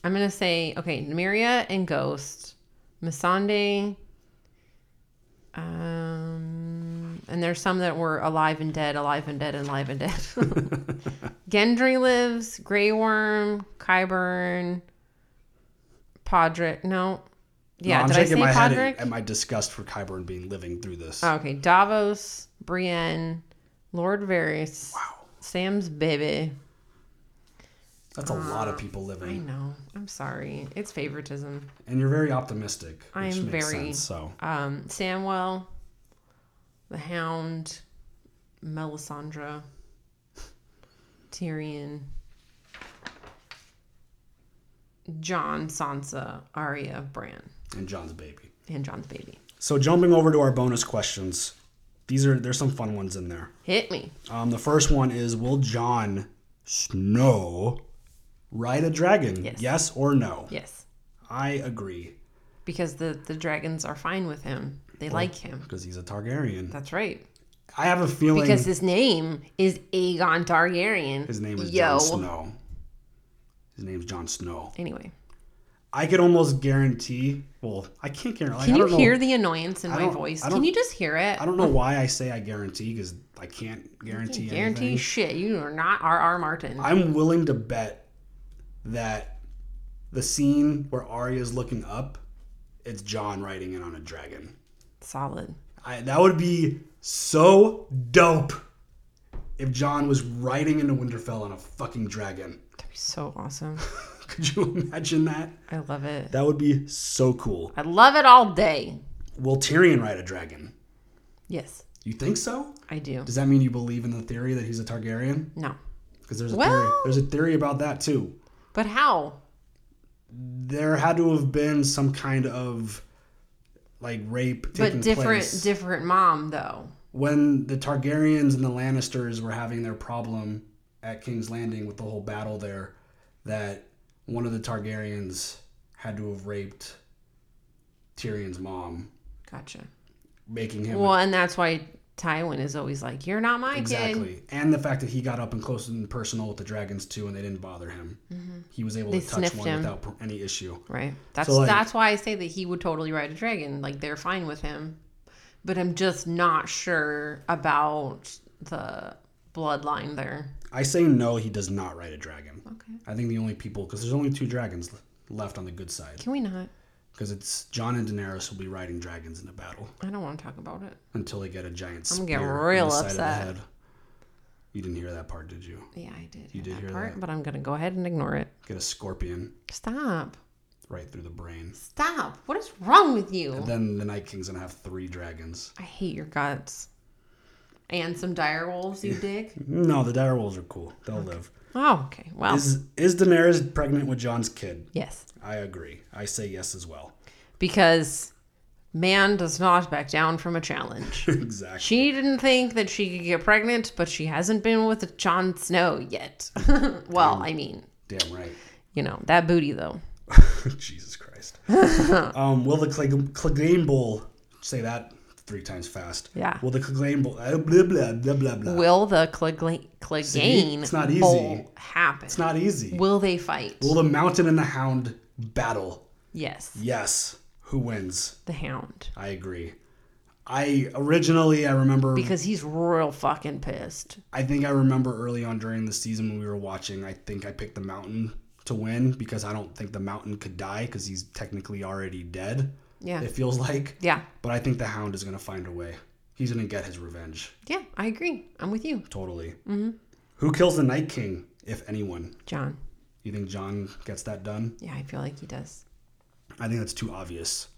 [SPEAKER 2] I'm gonna say okay, Nymeria and Ghost, Masande, um, and there's some that were alive and dead, alive and dead, and alive and dead. Gendry lives, Grey Worm, Kyburn, Podrick. No, yeah,
[SPEAKER 1] No, I'm
[SPEAKER 2] did I say
[SPEAKER 1] shaking my head
[SPEAKER 2] Podrick?
[SPEAKER 1] at, at my disgust for Kyburn being living through this.
[SPEAKER 2] Oh, okay, Davos, Brienne, Lord Varys,
[SPEAKER 1] wow,
[SPEAKER 2] Sam's baby.
[SPEAKER 1] that's a lot of people
[SPEAKER 2] I
[SPEAKER 1] living,
[SPEAKER 2] know. Um, I'm sorry. It's favoritism.
[SPEAKER 1] and you're very optimistic. Which
[SPEAKER 2] I'm
[SPEAKER 1] makes
[SPEAKER 2] very-
[SPEAKER 1] sense, so.
[SPEAKER 2] Um, Samwell, the Hound, Melisandre, Tyrion, John, Sansa, Arya, Bran,
[SPEAKER 1] And John's baby.
[SPEAKER 2] and John's baby.
[SPEAKER 1] So jumping over to our bonus questions, these are there's some fun ones in there.
[SPEAKER 2] Hit me.
[SPEAKER 1] Um, the first one is: Will John Snow Ride a dragon.
[SPEAKER 2] Yes.
[SPEAKER 1] or no?
[SPEAKER 2] Yes.
[SPEAKER 1] I agree
[SPEAKER 2] Because the, the dragons are fine with him. They like him.
[SPEAKER 1] because he's a Targaryen.
[SPEAKER 2] That's right.
[SPEAKER 1] I have a feeling
[SPEAKER 2] Because his name is Aegon Targaryen.
[SPEAKER 1] his name is
[SPEAKER 2] Yo.
[SPEAKER 1] Jon Snow. His name's Jon Snow.
[SPEAKER 2] Anyway.
[SPEAKER 1] I could almost guarantee. Well, I can't guarantee. Like,
[SPEAKER 2] Can
[SPEAKER 1] I
[SPEAKER 2] you
[SPEAKER 1] don't know,
[SPEAKER 2] hear the annoyance in my
[SPEAKER 1] don't-
[SPEAKER 2] voice?
[SPEAKER 1] I don't-
[SPEAKER 2] Can you just hear it?
[SPEAKER 1] I don't know why I say I guarantee because I can't guarantee.
[SPEAKER 2] Guarantee
[SPEAKER 1] anything.
[SPEAKER 2] shit. You are not R.R. Martin.
[SPEAKER 1] I'm willing to bet that the scene where Arya's looking up, it's John riding in on a dragon.
[SPEAKER 2] Solid.
[SPEAKER 1] I, that would be so dope if John was riding into Winterfell on a fucking dragon.
[SPEAKER 2] That'd be so awesome.
[SPEAKER 1] Could you imagine that?
[SPEAKER 2] I love it.
[SPEAKER 1] That would be so cool.
[SPEAKER 2] I love it all day.
[SPEAKER 1] Will Tyrion ride a dragon?
[SPEAKER 2] Yes,
[SPEAKER 1] You think so?
[SPEAKER 2] I do.
[SPEAKER 1] Does that mean you believe in the theory that he's a Targaryen?
[SPEAKER 2] No.
[SPEAKER 1] Because there's a theory.
[SPEAKER 2] Well-
[SPEAKER 1] There's a theory about that too.
[SPEAKER 2] But how?
[SPEAKER 1] There had to have been some kind of like rape taking
[SPEAKER 2] But different
[SPEAKER 1] place
[SPEAKER 2] different mom though.
[SPEAKER 1] when the Targaryens and the Lannisters were having their problem at King's Landing with the whole battle there. That one of the Targaryens had to have raped Tyrion's mom,
[SPEAKER 2] Gotcha.
[SPEAKER 1] making him
[SPEAKER 2] Well, and that's why Tywin is always like, You're not my kid.
[SPEAKER 1] exactly. And the fact that he got up and close and personal with the dragons too, and they didn't bother him. He was able
[SPEAKER 2] Mm-hmm. They
[SPEAKER 1] to touch
[SPEAKER 2] sniffed
[SPEAKER 1] one
[SPEAKER 2] him.
[SPEAKER 1] without pr- any issue.
[SPEAKER 2] Right. That's
[SPEAKER 1] like-
[SPEAKER 2] that's why I say that he would totally ride a dragon. Like they're fine with him. But I'm just not sure about the bloodline there.
[SPEAKER 1] I say no, he does not ride a dragon.
[SPEAKER 2] Okay.
[SPEAKER 1] I think the only people, because there's only two dragons l- left on the good side,
[SPEAKER 2] Can we not?
[SPEAKER 1] because it's John and Daenerys will be riding dragons in a battle
[SPEAKER 2] I don't want to talk about it.
[SPEAKER 1] until they get a giant spear.
[SPEAKER 2] gonna get
[SPEAKER 1] in the
[SPEAKER 2] real
[SPEAKER 1] side of the
[SPEAKER 2] upset.
[SPEAKER 1] head. You didn't hear that part, did you?
[SPEAKER 2] Yeah, I did. You
[SPEAKER 1] did hear
[SPEAKER 2] part,
[SPEAKER 1] that.
[SPEAKER 2] but I'm gonna go ahead and ignore it.
[SPEAKER 1] Get a scorpion
[SPEAKER 2] Stop.
[SPEAKER 1] right through the brain.
[SPEAKER 2] Stop. What is wrong with you?
[SPEAKER 1] Then the Night King's gonna have three dragons.
[SPEAKER 2] I hate your guts. And some dire wolves, you dick.
[SPEAKER 1] No, the direwolves are cool. They'll live.
[SPEAKER 2] Oh, okay. Well,
[SPEAKER 1] Is is Daenerys pregnant with John's kid?
[SPEAKER 2] yes.
[SPEAKER 1] I agree. I say yes as well.
[SPEAKER 2] Because man does not back down from a challenge.
[SPEAKER 1] exactly.
[SPEAKER 2] she didn't think that she could get pregnant, but she hasn't been with Jon Snow yet. well, I mean,
[SPEAKER 1] Damn right.
[SPEAKER 2] you know, that booty though.
[SPEAKER 1] Jesus Christ. um, will the Cleg- Clegane Bowl say that three times fast?
[SPEAKER 2] Yeah.
[SPEAKER 1] Will the Clegane Bowl uh, blah blah blah blah blah?
[SPEAKER 2] Will the Clegla- Clegane
[SPEAKER 1] It's not easy.
[SPEAKER 2] Bowl happen?
[SPEAKER 1] it's not easy.
[SPEAKER 2] Will they fight?
[SPEAKER 1] Will the Mountain and the Hound battle?
[SPEAKER 2] yes.
[SPEAKER 1] Yes. Who wins?
[SPEAKER 2] The Hound.
[SPEAKER 1] I agree. I originally I remember
[SPEAKER 2] Because he's real fucking pissed.
[SPEAKER 1] I think I remember early on during the season when we were watching I think I picked the Mountain to win because I don't think the Mountain could die because he's technically already dead.
[SPEAKER 2] Yeah.
[SPEAKER 1] It feels like.
[SPEAKER 2] Yeah.
[SPEAKER 1] But I think the Hound is going to find a way. He's going to get his revenge.
[SPEAKER 2] Yeah, I agree. I'm with you,
[SPEAKER 1] Totally. Who kills the Night King, if anyone?
[SPEAKER 2] John.
[SPEAKER 1] You think John gets that done?
[SPEAKER 2] Yeah, I feel like he does.
[SPEAKER 1] I think that's too obvious.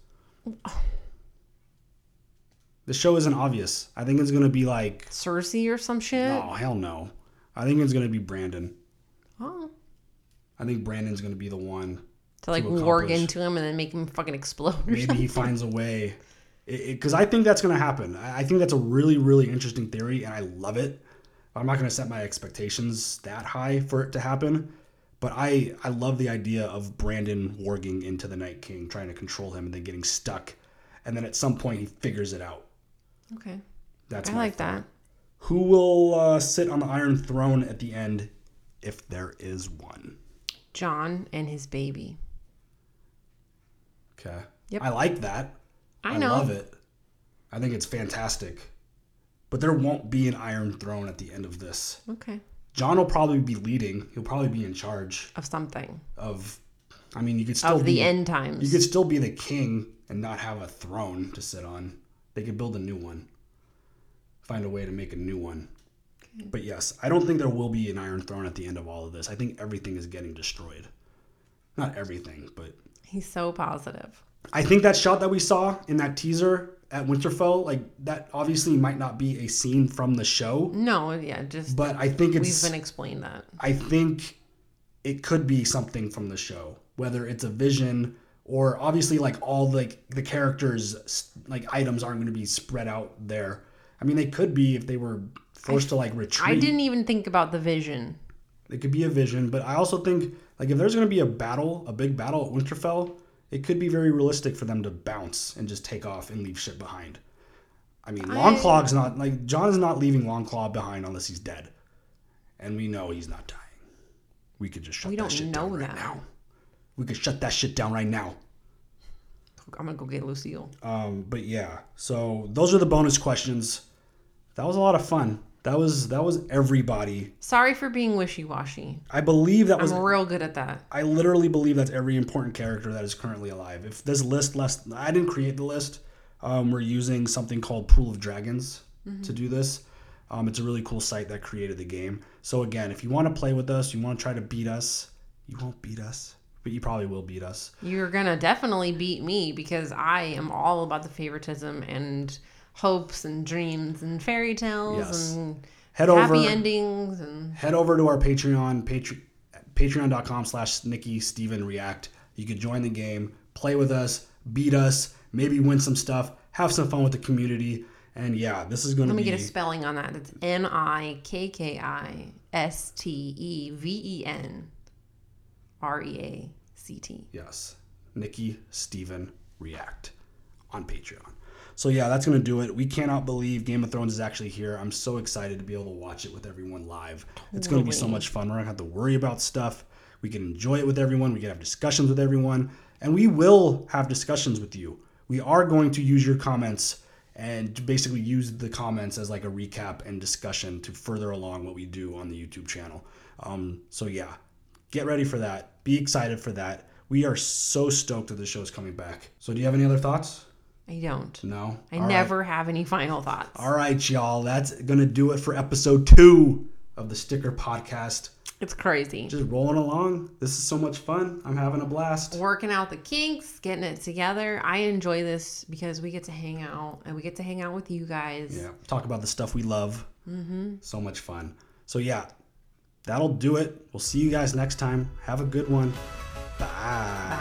[SPEAKER 1] the show isn't obvious. I think it's going to be like,
[SPEAKER 2] Cersei or some shit.
[SPEAKER 1] oh, hell no. I think it's going to be Brandon.
[SPEAKER 2] Oh.
[SPEAKER 1] I think Brandon's going to be the one.
[SPEAKER 2] To like
[SPEAKER 1] To
[SPEAKER 2] warg
[SPEAKER 1] accomplish.
[SPEAKER 2] into him and then make him fucking explode or
[SPEAKER 1] Maybe
[SPEAKER 2] something.
[SPEAKER 1] he finds a way. Because I think that's going to happen. I I think that's a really, really interesting theory, and I love it. I'm not going to set my expectations that high for it to happen, but I, I love the idea of Brandon warging into the Night King, trying to control him, and then getting stuck. And then at some point, he figures it out.
[SPEAKER 2] Okay.
[SPEAKER 1] That's
[SPEAKER 2] I
[SPEAKER 1] my
[SPEAKER 2] like that.
[SPEAKER 1] Who will uh, sit on the Iron Throne at the end, if there is one?
[SPEAKER 2] John and his baby.
[SPEAKER 1] Okay.
[SPEAKER 2] Yep.
[SPEAKER 1] I like that.
[SPEAKER 2] I know.
[SPEAKER 1] love it. I think it's fantastic. But there won't be an Iron Throne at the end of this.
[SPEAKER 2] Okay.
[SPEAKER 1] John will probably be leading. He'll probably be in charge
[SPEAKER 2] Of something.
[SPEAKER 1] of. I mean, Oh, you could still
[SPEAKER 2] Of
[SPEAKER 1] be
[SPEAKER 2] the end
[SPEAKER 1] You
[SPEAKER 2] times.
[SPEAKER 1] could still be the king and not have a throne to sit on. They could build a new one. Find a way to make a new one. But yes, I don't think there will be an Iron Throne at the end of all of this. I think everything is getting destroyed. Not everything, but
[SPEAKER 2] He's so positive.
[SPEAKER 1] I think that shot that we saw in that teaser at Winterfell, like that obviously might not be a scene from the show,
[SPEAKER 2] No, yeah, just
[SPEAKER 1] but I think
[SPEAKER 2] we've
[SPEAKER 1] it's
[SPEAKER 2] been explained that.
[SPEAKER 1] I think it could be something from the show, whether it's a vision or obviously like all like the characters s- like items aren't going to be spread out there. I mean, they could be if they were forced to like retreat.
[SPEAKER 2] I didn't even think about the vision.
[SPEAKER 1] It could be a vision, but I also think like Like if there's going to be a battle, a big battle at Winterfell, it could be very realistic for them to bounce and just take off and leave shit behind. I mean, Longclaw's not like John's not leaving Longclaw behind unless he's dead, and we know he's not dying. We could just shut
[SPEAKER 2] We
[SPEAKER 1] that
[SPEAKER 2] don't
[SPEAKER 1] shit
[SPEAKER 2] know
[SPEAKER 1] down right
[SPEAKER 2] that.
[SPEAKER 1] now. We could shut that shit down right now.
[SPEAKER 2] I'm gonna go get Lucille.
[SPEAKER 1] Um, but yeah, so those are the bonus questions. That was a lot of fun. That was that was everybody.
[SPEAKER 2] Sorry for being wishy washy.
[SPEAKER 1] I believe that was
[SPEAKER 2] I'm real good at that.
[SPEAKER 1] I literally believe that's every important character that is currently alive. If this list less, I didn't create the list. Um, we're using something called Pool of Dragons to
[SPEAKER 2] Mm-hmm.
[SPEAKER 1] do this. Um, it's a really cool site that created the game. So again, if you want to play with us, you want to try to beat us. You won't beat us, but you probably will beat us.
[SPEAKER 2] You're gonna definitely beat me because I am all about the favoritism and hopes and dreams and fairy tales
[SPEAKER 1] Yes.
[SPEAKER 2] and
[SPEAKER 1] Head
[SPEAKER 2] happy
[SPEAKER 1] over.
[SPEAKER 2] endings and
[SPEAKER 1] head over to our patreon patre- patreon.com slash nikki steven react you could join the game play with us beat us maybe win some stuff have some fun with the community and yeah this is going to
[SPEAKER 2] let me
[SPEAKER 1] be
[SPEAKER 2] get a spelling on that. It's N I K K I S T E V E N R E A C T.
[SPEAKER 1] yes nikki steven react on patreon so yeah that's going to do it we cannot believe game of thrones is actually here i'm so excited to be able to watch it with everyone live it's going to be so much fun we're not going to have to worry about stuff we can enjoy it with everyone we can have discussions with everyone and we will have discussions with you we are going to use your comments and to basically use the comments as like a recap and discussion to further along what we do on the youtube channel um, so yeah get ready for that be excited for that we are so stoked that the show's coming back so do you have any other thoughts
[SPEAKER 2] I don't.
[SPEAKER 1] no
[SPEAKER 2] I
[SPEAKER 1] All right.
[SPEAKER 2] never have any final thoughts.
[SPEAKER 1] All right, y'all. That's going to do it for episode two of the Sticker Podcast.
[SPEAKER 2] It's crazy.
[SPEAKER 1] Just rolling along. This is so much fun. I'm having a blast.
[SPEAKER 2] working out the kinks, getting it together. I enjoy this because we get to hang out and we get to hang out with you guys.
[SPEAKER 1] Yeah. Talk about the stuff we love. Mm-hmm. So much fun. So, yeah, that'll do it. We'll see you guys next time. Have a good one. Bye.